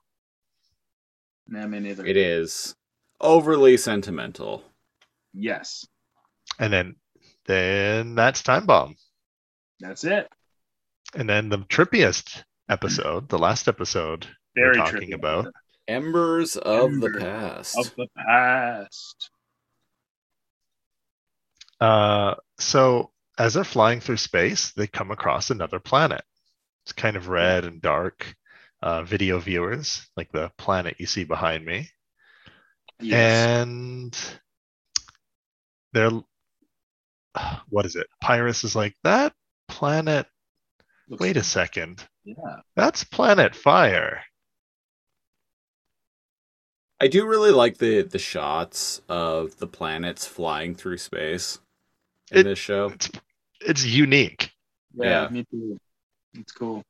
Nah, me neither.
It is overly sentimental.
Yes,
And then, then that's Time Bomb.
that's it.
And then the trippiest episode, the last episode
Very
we're talking
trippy.
about.
Embers of
Ember
the past.
of the past.
Uh, so as they're flying through space, they come across another planet. It's kind of red and dark. Uh, video viewers, like the planet you see behind me,
Yes.
and they're (sighs) what is it? Pyrus is like that planet.
Looks-
Wait a second,
Yeah.
that's planet fire.
I do really like the the shots of the planets flying through space in
It-
this show.
It's unique.
Yeah.
Yeah.
Me too. It's cool.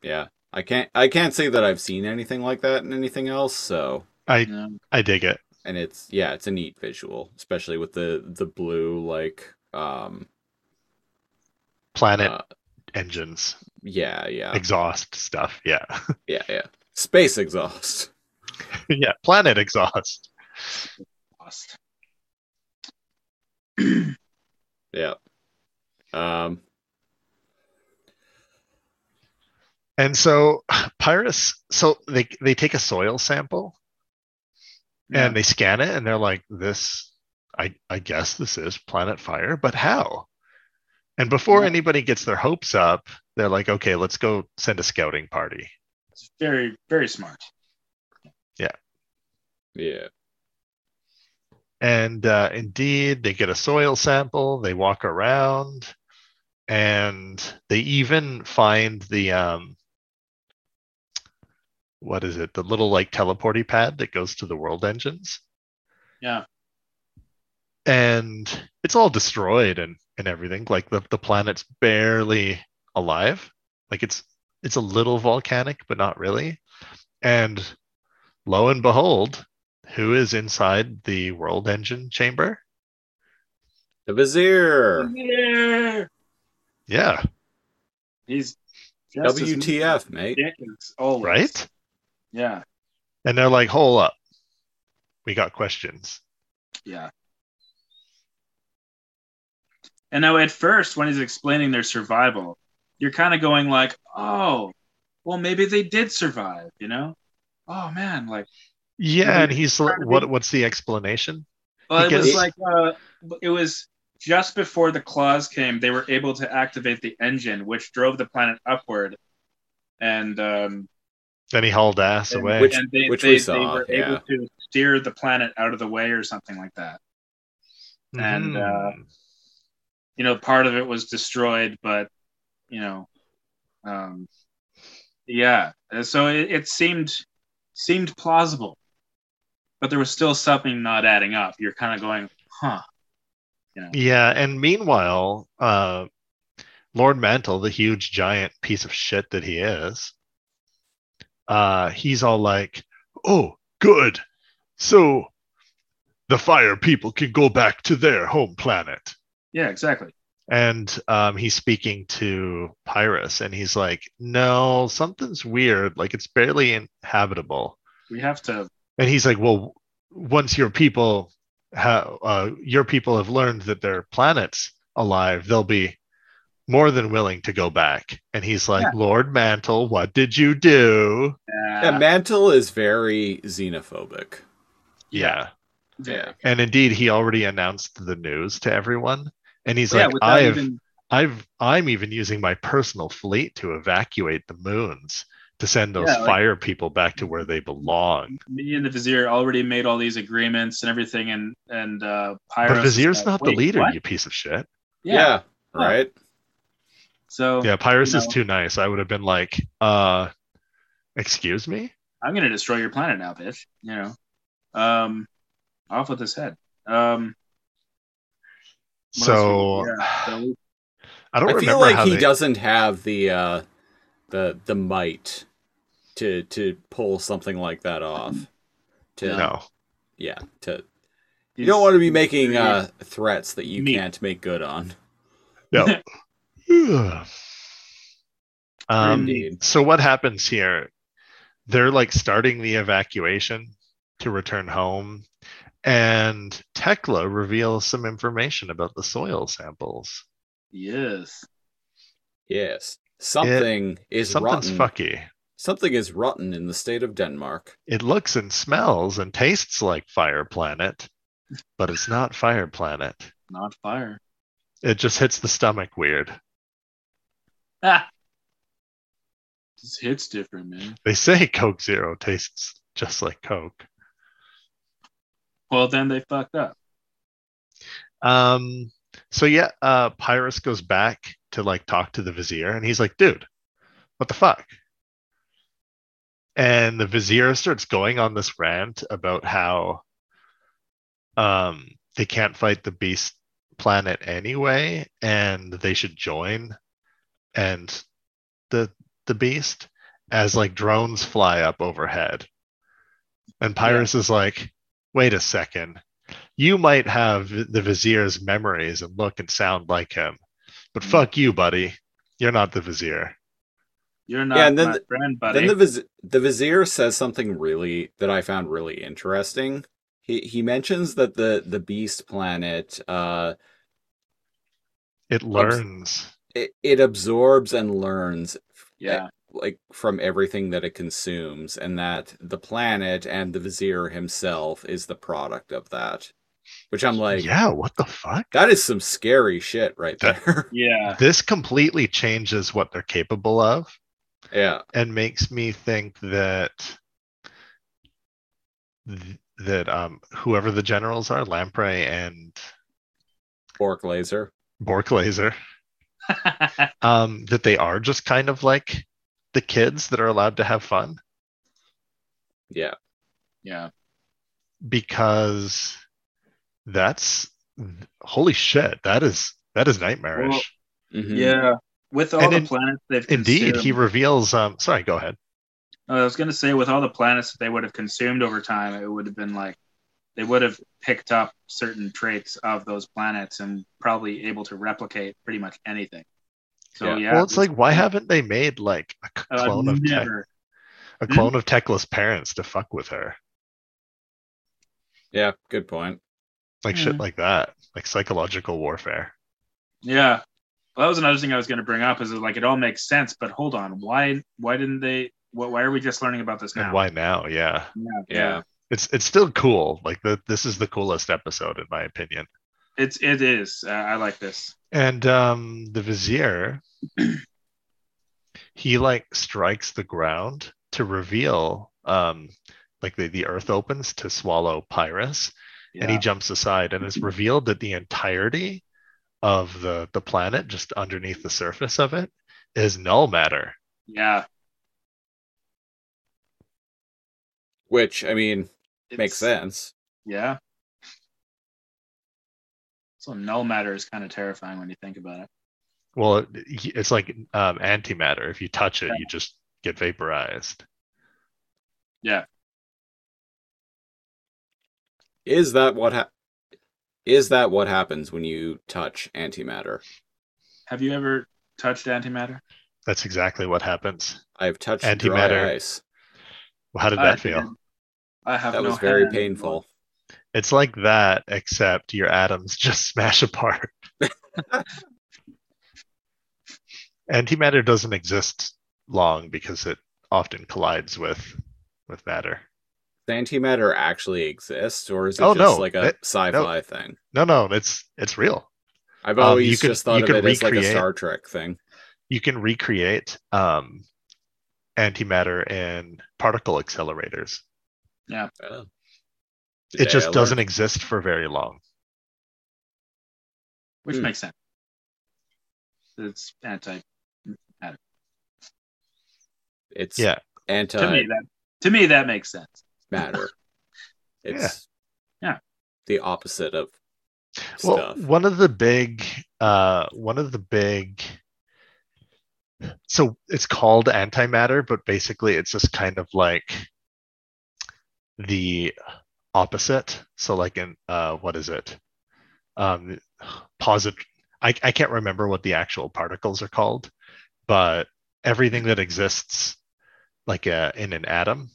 Yeah. I can't I can't say that I've seen anything like that in anything else, so
I
Yeah.
I dig it.
and it's yeah, it's a neat visual, especially with the the blue like um
Planet
Uh,
engines,
yeah, yeah.
exhaust stuff.
(laughs)
Yeah,
Yeah, yeah. Space exhaust. (laughs)
yeah, planet exhaust.
lost.
Yeah. Um
And so Pyrus, so they they take a soil sample
Yeah.
and they scan it and they're like, this, I I guess this is planet fire, but how? And before
Yeah.
anybody gets their hopes up, they're like, okay, let's go send a scouting party.
it's very, very smart.
yeah.
And uh, indeed, they get a soil sample. They walk around, and they even find the um, what is it? The little like teleporty pad that goes to the world engines.
Yeah.
and it's all destroyed and and everything like the, the planet's barely alive like it's it's a little volcanic but not really and lo and behold who is inside the world engine chamber
The Vizier.
Yeah.
yeah
He's just as
WTF, mate.
dick as always.
right
Yeah.
and they're like hold up we got questions
Yeah. And now, at first, when he's explaining their survival, you're kind of going like, "Oh, well, maybe they did survive," you know? Oh man, like, Mm-hmm.
yeah and he's like,
trying to
what what's the explanation
well, it
Because-
was like, uh, it was just before the claws came, they were able to activate the engine, which drove the planet upward, and um,
then he hauled ass
And-
away
Which-
and they,
which
they,
we saw,
they were
yeah.
able to steer the planet out of the way or something like that. and, uh,
Mhm.
You know, part of it was destroyed, but you know, um, yeah. And So Uh, it, it seemed seemed plausible, but there was still something not adding up. You're kind of going, huh.
Yeah, and meanwhile, uh, Lord Mantle, the huge giant piece of shit that he is, uh, he's all like, "Oh, good. So the fire people can go back to their home planet."
Yeah, exactly.
And um, he's speaking to Pyrus, and he's like, "No, something's weird. Like it's barely inhabitable."
We have to.
And he's like, "Well, once your people how uh, your people have learned that their planet's alive, they'll be more than willing to go back. And he's like,
Yeah.
Lord Mantle, what did you do?
Yeah,
Uh,
Mantle is very xenophobic.
Yeah.
yeah.
And indeed, he already announced the news to everyone. And he's
Oh, yeah,
like,
without
I've,
even
I've, I'm even using my personal fleet to evacuate the moons to send those
Yeah, like-
fire people back to where they belong.
me and the vizier already made all these agreements and everything, and and uh, Pyrus.
But Vizier's
is like,
not the
"Wait,
leader,
what?"
you piece of shit.
Yeah.
yeah.
Right?
So
Yeah, Pyrus
you
is
know.
too nice. I would have been like, uh, excuse me?
I'm gonna destroy your planet now, bitch. You know, um, off with his head. Um, what
So
else we- yeah, so we-
I don't
I
remember
feel like
how
he
they,
doesn't have the uh the the might to to pull something like that off. To
No,
yeah, to (sighs) you
he's-
don't want to be making uh threats that you
Meat.
can't make good on.
no. um,
Indeed.
so what happens here? They're like starting the evacuation to return home, and Tekla reveals some information about the soil samples.
Yes.
Yes. Something is
Something's
rotten.
fucky.
Something is rotten in the state of Denmark.
It looks and smells and tastes like Fire Planet, but it's not Fire Planet.
Not fire.
It just hits the stomach weird.
Ah. This hits different, man.
They say (laughs) Coke Zero tastes just like Coke.
Well, then they fucked up.
Um, so yeah, uh, Pyrus goes back to like talk to the vizier, and he's like, "Dude, what the fuck?" And the vizier starts going on this rant about how um, they can't fight the beast planet anyway, and they should join, and the the beast as like drones fly up overhead, and Pyrus is like, "Wait a second, you might have the vizier's memories and look and sound like him, but
Mm.
fuck you, buddy. You're not the vizier.
You're not
Yeah, and then
my
the-
friend, buddy.
Then the viz- the vizier says something really that I found really interesting. He he mentions that the the beast planet uh
It learns.
it, it absorbs and learns eh,
yeah.
like from everything that it consumes and that the planet and the vizier himself is the product of that which i'm like
yeah, what the fuck?
that is some scary shit right
That-
there (laughs)
Yeah. (laughs)
This completely changes what they're capable of
yeah
and makes me think that th- that um whoever the generals are, Lamprey and
fork laser
Borklaser, um, that they are just kind of like the kids that are allowed to have fun.
yeah
yeah.
because that's holy shit that is that is nightmarish
Well,
Mhm.
Yeah. With all
And
the
in-
planets they've
indeed he
consumed-
reveals um sorry go ahead
I was going to say, with all the planets that they would have consumed over time, it would have been like they would have picked up certain traits of those planets and probably able to replicate pretty much anything. So
Yeah.
yeah, Uh,
well it's like why haven't they made like a c-
I've
clone of Tec-
never.
a clone of Tekla's parents to fuck with her
yeah good point
like shit like that like psychological warfare
Yeah, well, that was another thing I was going to bring up. Is that, like it all makes sense, but hold on, why? Why didn't they? What, why are we just learning about this now?
and why now yeah
Yeah,
yeah
it's it's still cool like the, this is the coolest episode in my opinion
it's it is. Uh, I like this.
And um, the vizier, (clears throat) he like strikes the ground to reveal, um, like the, the earth opens to swallow Pyrus,
Yeah.
and he jumps aside, and it's revealed that the entirety of the the planet, just underneath the surface of it, is null matter.
yeah.
which I mean makes
It's-
sense.
Yeah. So null matter is kind of terrifying when you think about it.
Well, it, it's like um, antimatter. If you touch it, you just get vaporized.
Is that what ha- is that what happens when you touch antimatter?
Have you ever touched antimatter?
That's exactly what happens.
I've touched
Antimatter.
dry ice.
Well, How did
I
that
didn't.
feel?
I have
That
no
was very
hand.
painful.
It's like that, except your atoms (laughs) just smash apart. Antimatter doesn't exist long because it often collides with with matter.
Does antimatter actually exist, or is it
Oh,
just
no.
like a
It-
sci-fi thing?
No, no, it's it's real.
I've
Um,
always
you could-
just thought
you
of
could
it as like a
recreate-
Star Trek thing.
You can recreate um, antimatter in particle accelerators.
Oh.
It
Today I
just
learned-
doesn't exist for very long.
which
Hmm.
makes sense. It's anti.
It's
Yeah.
To me,
antimatter.
that to me that makes sense.
It's
Yeah.
the opposite of
Well,
stuff.
one of the big, uh, one of the big. So it's called antimatter, but basically it's just kind of like the opposite. So like in uh, what is it? Um, posit. I I can't remember what the actual particles are called, but everything that exists, like uh, in an atom,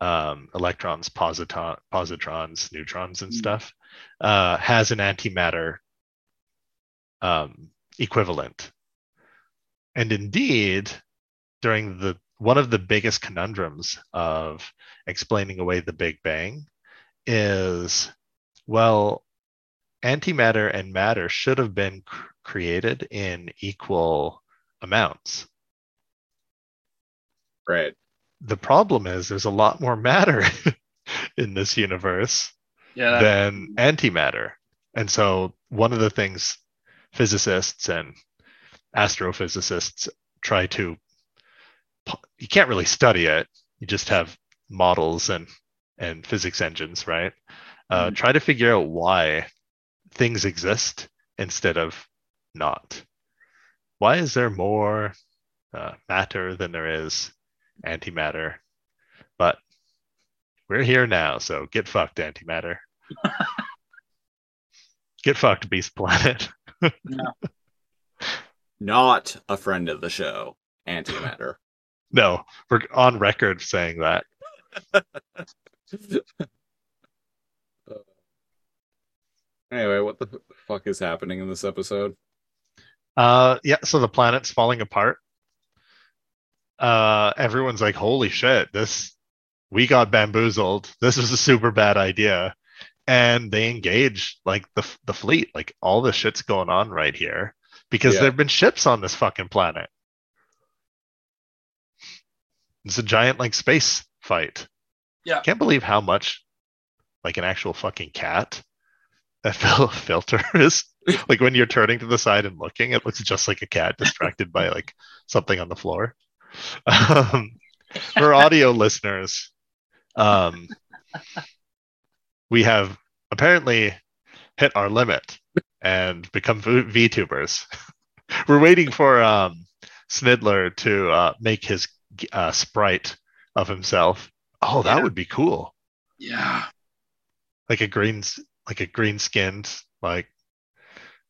um, electrons, positon, positrons, neutrons, and
Mm.
stuff uh, has an antimatter um, equivalent. And indeed, during the one of the biggest conundrums of explaining away the Big Bang is, well, antimatter and matter should have been cr- created in equal amounts.
right.
The problem is there's a lot more matter (laughs) in this universe
Yeah, that,
than antimatter. And so, one of the things physicists and astrophysicists try to, you can't really study it. You just have models and and physics engines, right? Uh,
Mhm.
Try to figure out why things exist instead of not. Why is there more uh, matter than there is antimatter? But we're here now, so get fucked, antimatter. get fucked, Beast Planet. (laughs)
Not a friend of the show. Antimatter.
No, we're on record saying that.
Uh, anyway, what the fuck is happening in this episode?
Uh, yeah, so the planet's falling apart. Uh, everyone's like, "Holy shit! This we got bamboozled. This was a super bad idea." And they engage like the f- the fleet, like all the shit's going on right here because
Yeah.
there've been ships on this fucking planet. It's a giant like space fight.
Yeah.
can't believe how much like an actual fucking cat that fil- filter (laughs) is like when you're turning to the side and looking, it looks just like a cat distracted by like something on the floor. (laughs) Um, for audio listeners, um, we have apparently hit our limit and become v- VTubers. (laughs) We're waiting for um, Snidler to uh, make his uh, sprite of himself. Oh, that
Yeah.
would be cool!
yeah.
Like a green, s- like a green skinned, like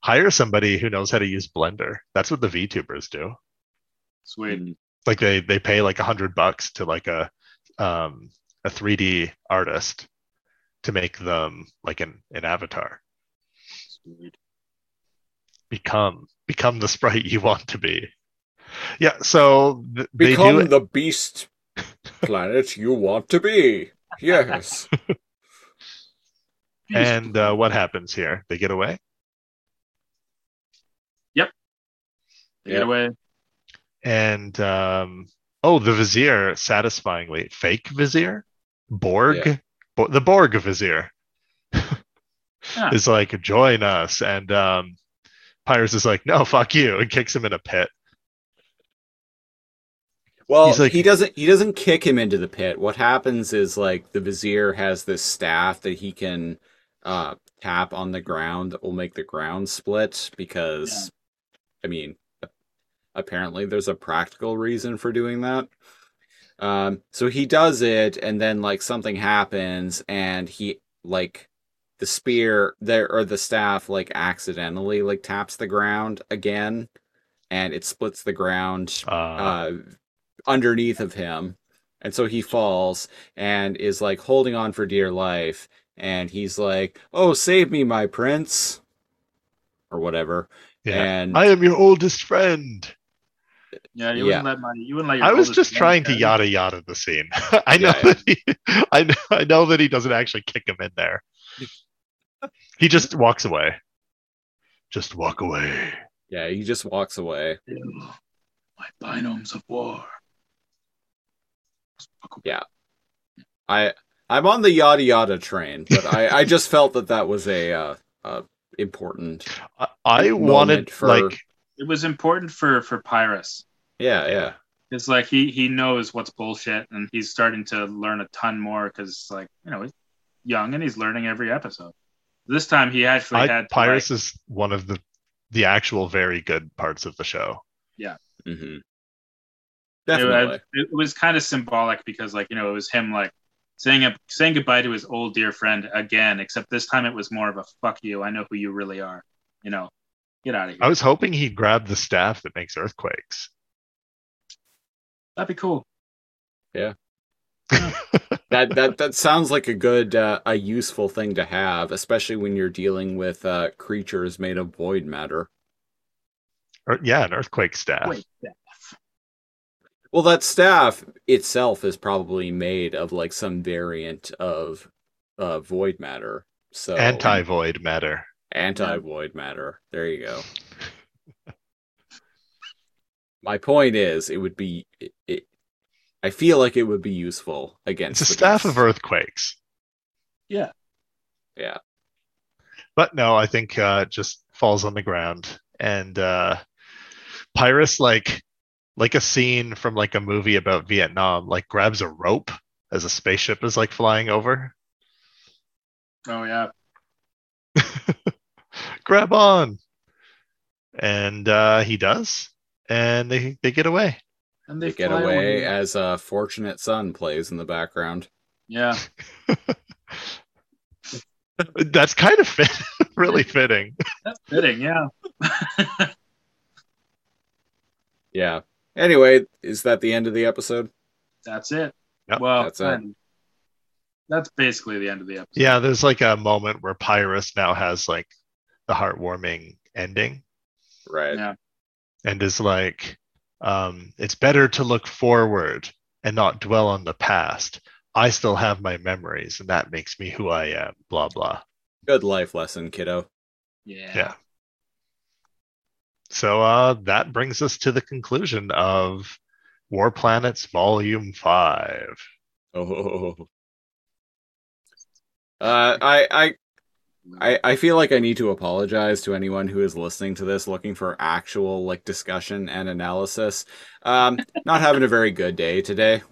hire somebody who knows how to use Blender. That's what the VTubers do.
Sweet.
Hmm.
like they they pay like a hundred bucks to like a um a 3d artist to make them like an, an avatar
Sweet.
become become the (laughs) sprite you want to be yeah so th- they do
Become
it
the beast planet you want to be. Yes.
and uh, what happens here they get away
They get away.
and um oh the vizier satisfyingly fake vizier borg
Yeah.
Bo- the borg vizier
Ah.
(laughs) is like join us and um pyrus is like no fuck you and kicks him in a pit
Well,
He's like-
he doesn't he doesn't kick him into the pit. What happens is like the vizier has this staff that he can uh tap on the ground that will make the ground split because I mean apparently there's a practical reason for doing that. Um so he does it and then like something happens and he like the spear there or the staff like accidentally like taps the ground again and it splits the ground
Uh,
uh, underneath of him. And so he falls and is like holding on for dear life. And he's like, Oh, save me, my prince, or whatever.
yeah.
And
I am your oldest friend.
Yeah, you
Yeah.
wouldn't let my you wouldn't let. Your
I was
oldest
just
friend
trying to
get-
yada yada the scene. (laughs) I know
Yeah.
that he, (laughs) I know, I know that he doesn't actually kick him in there. He just walks away. Just walk away.
yeah, he just walks away.
My binomes of war.
I, I'm on the yada yada train, but I, I
(laughs)
just felt that that was a, uh, uh, important.
I, I
Moment
wanted
for-
like
It was important for for Pyrus.
Yeah, yeah.
It's like he he knows what's bullshit, and he's starting to learn a ton more because like you know he's young and he's learning every episode. This time he actually
I,
had to,
Pyrus is one of the the actual very good parts of the show.
hmm
like, it,
Definitely.
was- it was kind of symbolic because like you know it was him like saying a, saying goodbye to his old dear friend again, except this time it was more of a fuck you. I know who you really are. You know, get out of here.
I was hoping he'd grab the staff that makes earthquakes.
That'd be cool.
that that that sounds like a good uh, a useful thing to have, especially when you're dealing with uh, creatures made of void matter.
Or, yeah, an earthquake staff.
Wait, yeah.
Well, that staff itself is probably made of like some variant of uh, void matter. So
Anti void matter.
anti void matter. There you go. My point is, it would be. It, it, I feel like it would be useful
It's
against
a
the
staff
beast.
of earthquakes.
Yeah.
Yeah.
But no, I think uh, it just falls on the ground and uh, Pyrus like like a scene from like a movie about Vietnam like grabs a rope as a spaceship is like flying over.
Oh yeah.
Grab on, and uh, he does, and they they get away.
And
They get
fly
away as a uh, fortunate son plays in the background.
Yeah.
That's kind of fit, (laughs) really fitting.
That's fitting. Yeah.
Yeah. Anyway, is that the end of the episode?
That's it.
Yep,
well,
that's
that's,
it.
that's basically the end of the episode.
Yeah, there's like a moment where Pyrus now has like the heartwarming ending.
Right.
Yeah.
and is like, um, it's better to look forward and not dwell on the past. I still have my memories, and that makes me who I am. Blah blah.
Good life lesson, kiddo.
Yeah.
Yeah. So uh, that brings us to the conclusion of War Planets Volume Five.
Oh. (laughs) Uh, I, I I, I feel like I need to apologize to anyone who is listening to this looking for actual like discussion and analysis. Um, not having a very good day today,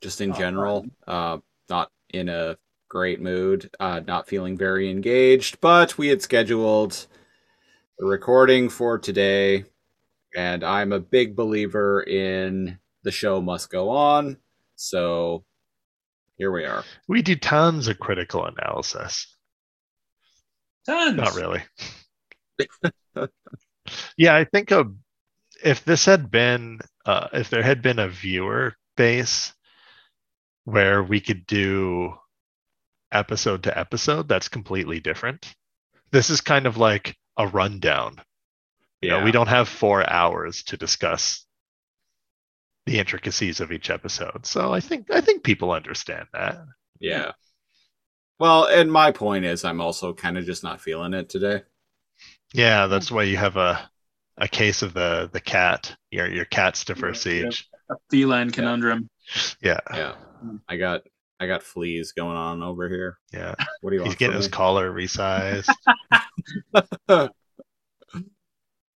just in
Oh,
general. Uh, not in a great mood, uh, not feeling very engaged, but we had scheduled a recording for today, and I'm a big believer in the show must go on. So here we are.
We do tons of critical analysis.
Tons.
Not really. yeah, I think a, if this had been, uh, if there had been a viewer base where we could do episode to episode, that's completely different. This is kind of like a rundown. You know, we don't have four hours to discuss the intricacies of each episode. So I think I think people understand that.
Yeah. Well, and my point is, I'm also kind of just not feeling it today.
Yeah, that's why you have a a case of the the cat. Your your cat's to first
Yeah, yeah.
siege.
A feline conundrum.
Yeah.
Yeah. I got I got fleas going on over here.
Yeah.
What do you
He's
want?
getting
from
his
me?
collar resized.
I got
Uh,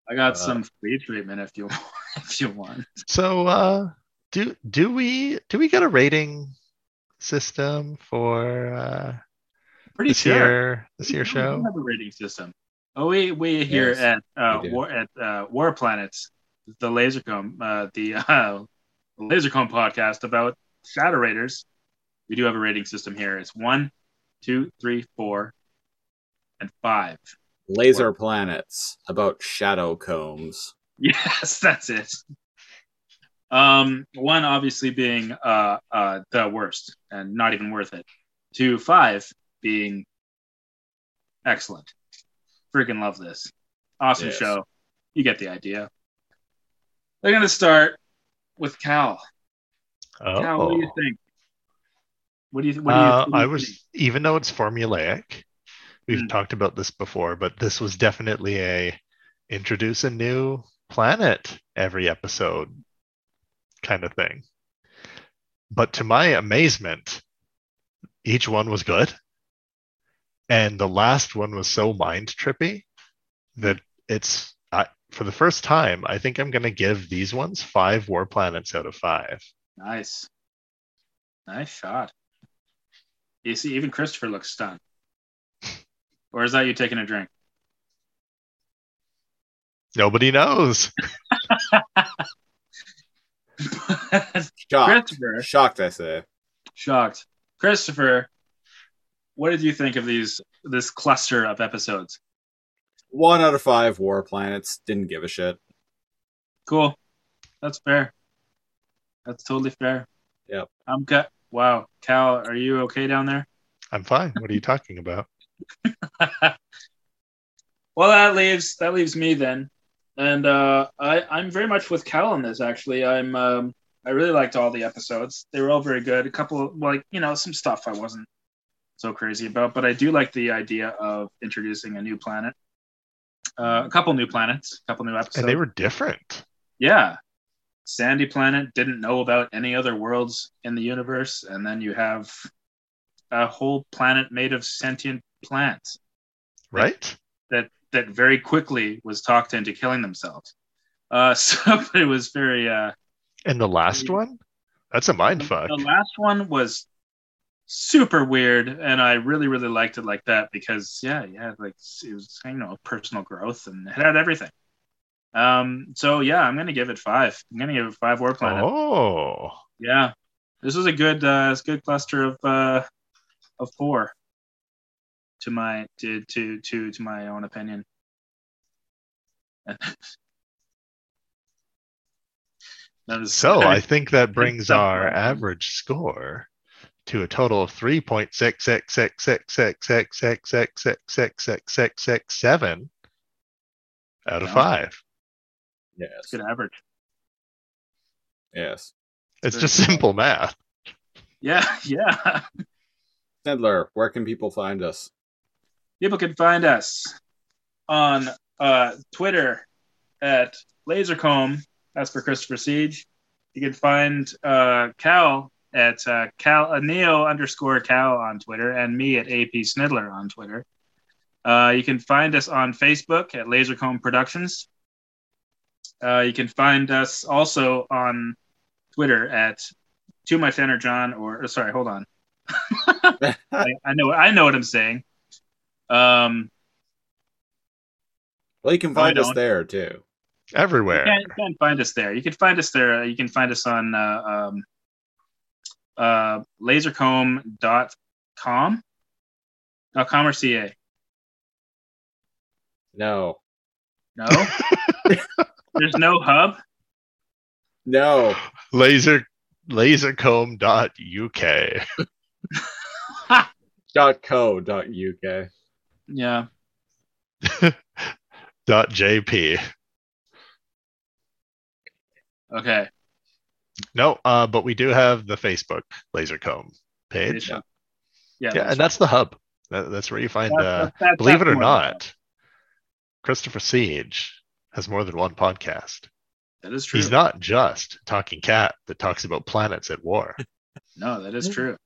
Uh,
(laughs) some free treatment if you if you want.
so uh do do we do we get a rating system for uh
Pretty
this
sure.
year this year
We
show
don't have a rating system. Oh, we we here
Yes,
at uh,
we do.
War at uh, War Planets, the Lasercomb, uh, the (laughs) uh, Lasercomb podcast about Shadow Raiders. We do have a rating system here. It's one, two, three, four, and five.
Laser planets about shadow combs.
(laughs) Yes, that's it. Um, one obviously being uh, uh, the worst and not even worth it. Two, five being excellent. Freaking love this. Awesome
Yes.
show. You get the idea. They're gonna start with Cal. Cal, what do you
oh
think? What do you? What do you,
Uh,
what do you
i was even though it's formulaic we've
Hmm.
talked about this before but this was definitely a introduce a new planet every episode kind of thing but to my amazement each one was good and the last one was so mind trippy that it's I, for the first time i think i'm going to give these ones five war planets out of five
think? Nice, nice shot. You see, even Christopher looks stunned. Or is that you taking a drink?
nobody knows
Shocked.
Christopher,
Shocked, I say.
shocked. Christopher, what did you think of these this cluster of episodes?
One out of five war planets. Didn't give a shit.
Cool. That's fair. That's totally fair.
Yep.
I'm good. Wow, Cal, are you okay down there?
i'm fine what are you talking about
well, that leaves that leaves me then, and uh, I I'm very much with Cal on this actually. I'm um, I really liked all the episodes. They were all very good. A couple of, like you know some stuff I wasn't so crazy about, but I do like the idea of introducing a new planet, uh, a couple new planets, a couple new episodes.
and they were different
Yeah. Sandy Planet didn't know about any other worlds in the universe, and then you have a whole planet made of sentient plants
right
that that very quickly was talked into killing themselves. Uh, (laughs) so it was very. Uh,
and the last one that's a mind fuck
The last one was super weird, and I really really liked it like that because yeah yeah like it was you know personal growth and it had everything. Um. So yeah, I'm gonna give it five. I'm gonna give it five War Planet.
oh
Yeah, this was a good, uh, it's a good cluster of uh, of four. To my to to to to my own opinion. (laughs) That is- (laughs)
So I think that brings
that's
our
right.
average score to a total of three point six six six six six six six six six six six six six seven out of
Yeah.
five.
Yes.
good average.
Yes.
It's
Very
just
good.
simple math.
Yeah, (laughs) yeah.
Snedler, where can people find us?
People can find us on uh, Twitter at Lasercomb. That's for Christopher Siege. You can find uh, Cal at uh, Cal uh, Neo underscore Cal on Twitter, and me at AP Snidler on Twitter. Uh, you can find us on Facebook at Lasercomb Productions. Uh, you can find us also on Twitter at Too Much Energon, or or sorry, hold on. (laughs) I, I know, I know what I'm saying. Um,
Well, you can
No, I
find us
don't.
there too.
Everywhere.
You can, you can find us there. You can find us there. You can find us on uh, um, uh, lasercomb.com. Dot com or ca?
No.
No. There's no hub.
No.
Laser lasercomb.uk.
Dot co. Dot uk.
Yeah.
Dot JP.
Okay.
No, uh, but we do have the Facebook lasercomb page.
Yeah.
Yeah, and that's the hub. That, that's where you find
that's-
uh,
that's-
Believe it
that's
or
more-
not, Christopher Siege has more than one podcast.
that is true.
He's not just Talking Cat that talks about planets at war.
no, that is true.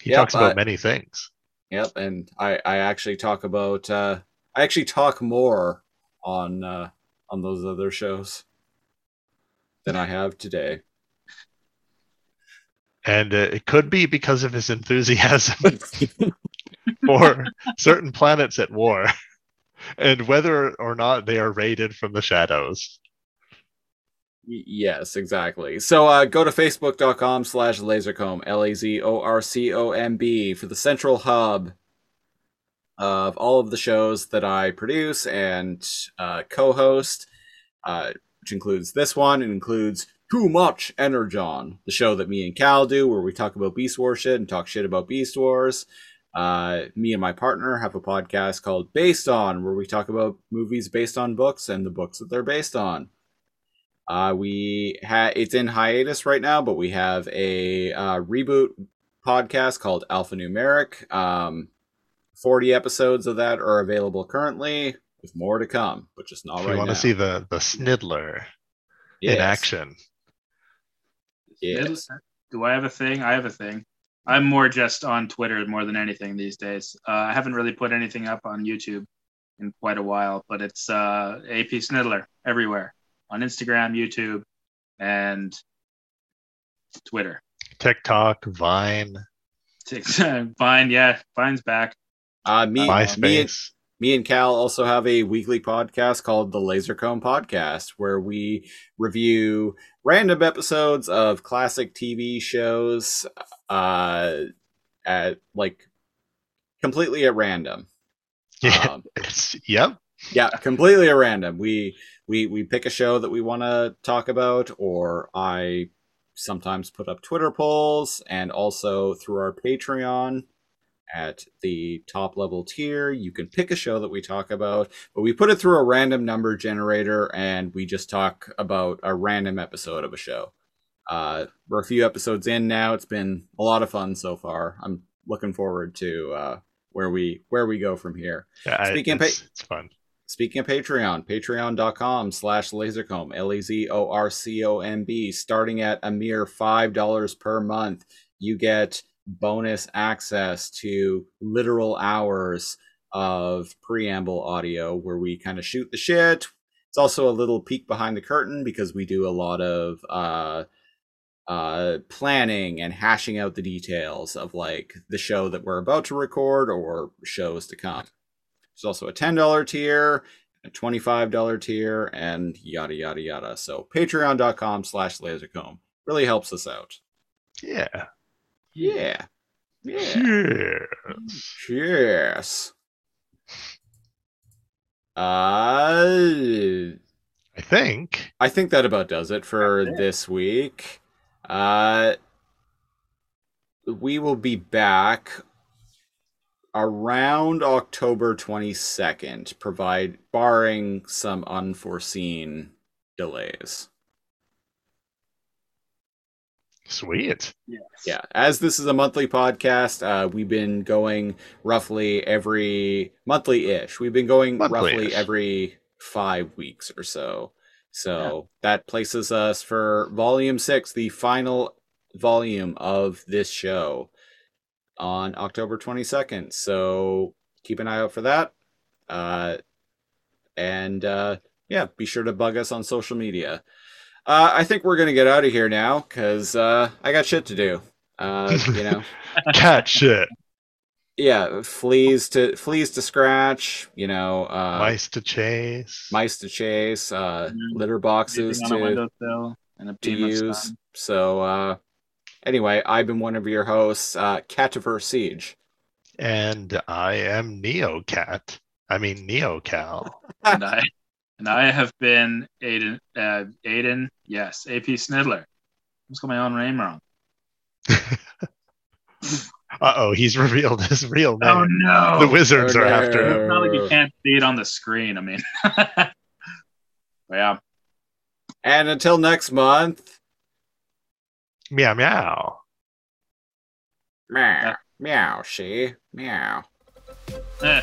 He
Yeah,
talks about
but-
many things.
Yep. And I, I actually talk about, uh, I actually talk more on, uh, on those other shows. than I have today.
And uh, it could be because of his enthusiasm for certain planets at war (laughs) and whether or not they are raided from the shadows.
Yes, exactly. So uh, go to facebook.com slash lasercomb, L A Z O R C O M B, for the central hub of all of the shows that I produce and uh, co host, uh, which includes this one. It includes Too Much Energon, the show that me and Cal do, where we talk about Beast Wars shit and talk shit about Beast Wars. Uh, me and my partner have a podcast called Based On, where we talk about movies based on books and the books that they're based on. Uh, we ha- it's in hiatus right now, but we have a uh, reboot podcast called Alphanumeric. Um, Forty episodes of that are available currently, with more to come, but just not
if
right
you want
now.
to see the, the Snidler
Yes.
in action.
Yes.
Do I have a thing? I have a thing. I'm more just on Twitter more than anything these days. Uh, I haven't really put anything up on YouTube in quite a while, but it's uh, AP Snidler everywhere on Instagram, YouTube, and Twitter. (laughs)
TikTok, Vine,
Vine, yeah, Vine's back.
Uh, me, me, and,
MySpace.
me and Cal also have a weekly podcast called the Lasercomb Podcast, where we review random episodes of classic TV shows, uh, at like completely at random.
(laughs) yeah,
Um,
it's, yep.
yeah completely at random we we we pick a show that we want to talk about or i sometimes put up twitter polls and also through our patreon at the top level tier you can pick a show that we talk about but we put it through a random number generator and we just talk about a random episode of a show uh, we're a few episodes in now it's been a lot of fun so far i'm looking forward to uh, where we where we go from here
Yeah, I-
Speaking of
it's, it's fun.
Speaking of Patreon, patreon.com slash lasercomb, L E Z O R C O M B, starting at a mere $5 per month, you get bonus access to literal hours of preamble audio where we kind of shoot the shit. It's also a little peek behind the curtain because we do a lot of uh, uh, planning and hashing out the details of like the show that we're about to record or shows to come. There's also a $10 tier, a $25 tier, and yada, yada, yada. So patreon.com slash lasercomb really helps us out.
Yeah.
Yeah. Yeah.
Yeah.
Cheers. Uh,
I think.
I think that about does it for
That's it.
this week. Uh, we will be back around October 22nd, provide barring some unforeseen delays.
Sweet.
Yes.
Yeah, as this is a monthly podcast, uh, we've been going roughly every monthly ish. We've been going roughly
Monthly-ish.
every five weeks or so. So that places us for volume six, the final volume of this show on October 22nd. So keep an eye out for that. Uh, and uh, yeah, be sure to bug us on social media. Uh, I think we're going to get out of here now because uh, I got shit to do. Uh, you know,
Cat shit.
yeah, fleas to fleas to scratch. You know, (laughs) uh, mice.
Mice to chase.
to chase, uh,
Mhm.
litter boxes
Sleeping on a
to,
windowsill and a
to
beam of
use.
sun.
So uh, anyway, I've been one of your hosts, uh, Cativer Siege.
And I am Neocat. I mean Neocal.
and I and I have been Aiden. Uh, Aiden, yes, AP Snidler. Let's got my own name wrong.
Uh oh, he's (laughs) revealed his real
Oh
name.
no!
the wizards
Oh,
are
no.
after him.
It's not like you can't see it on the screen. I mean, (laughs) But yeah.
And until next month,
Meow meow.
meow, meow, she, meow.
Eh.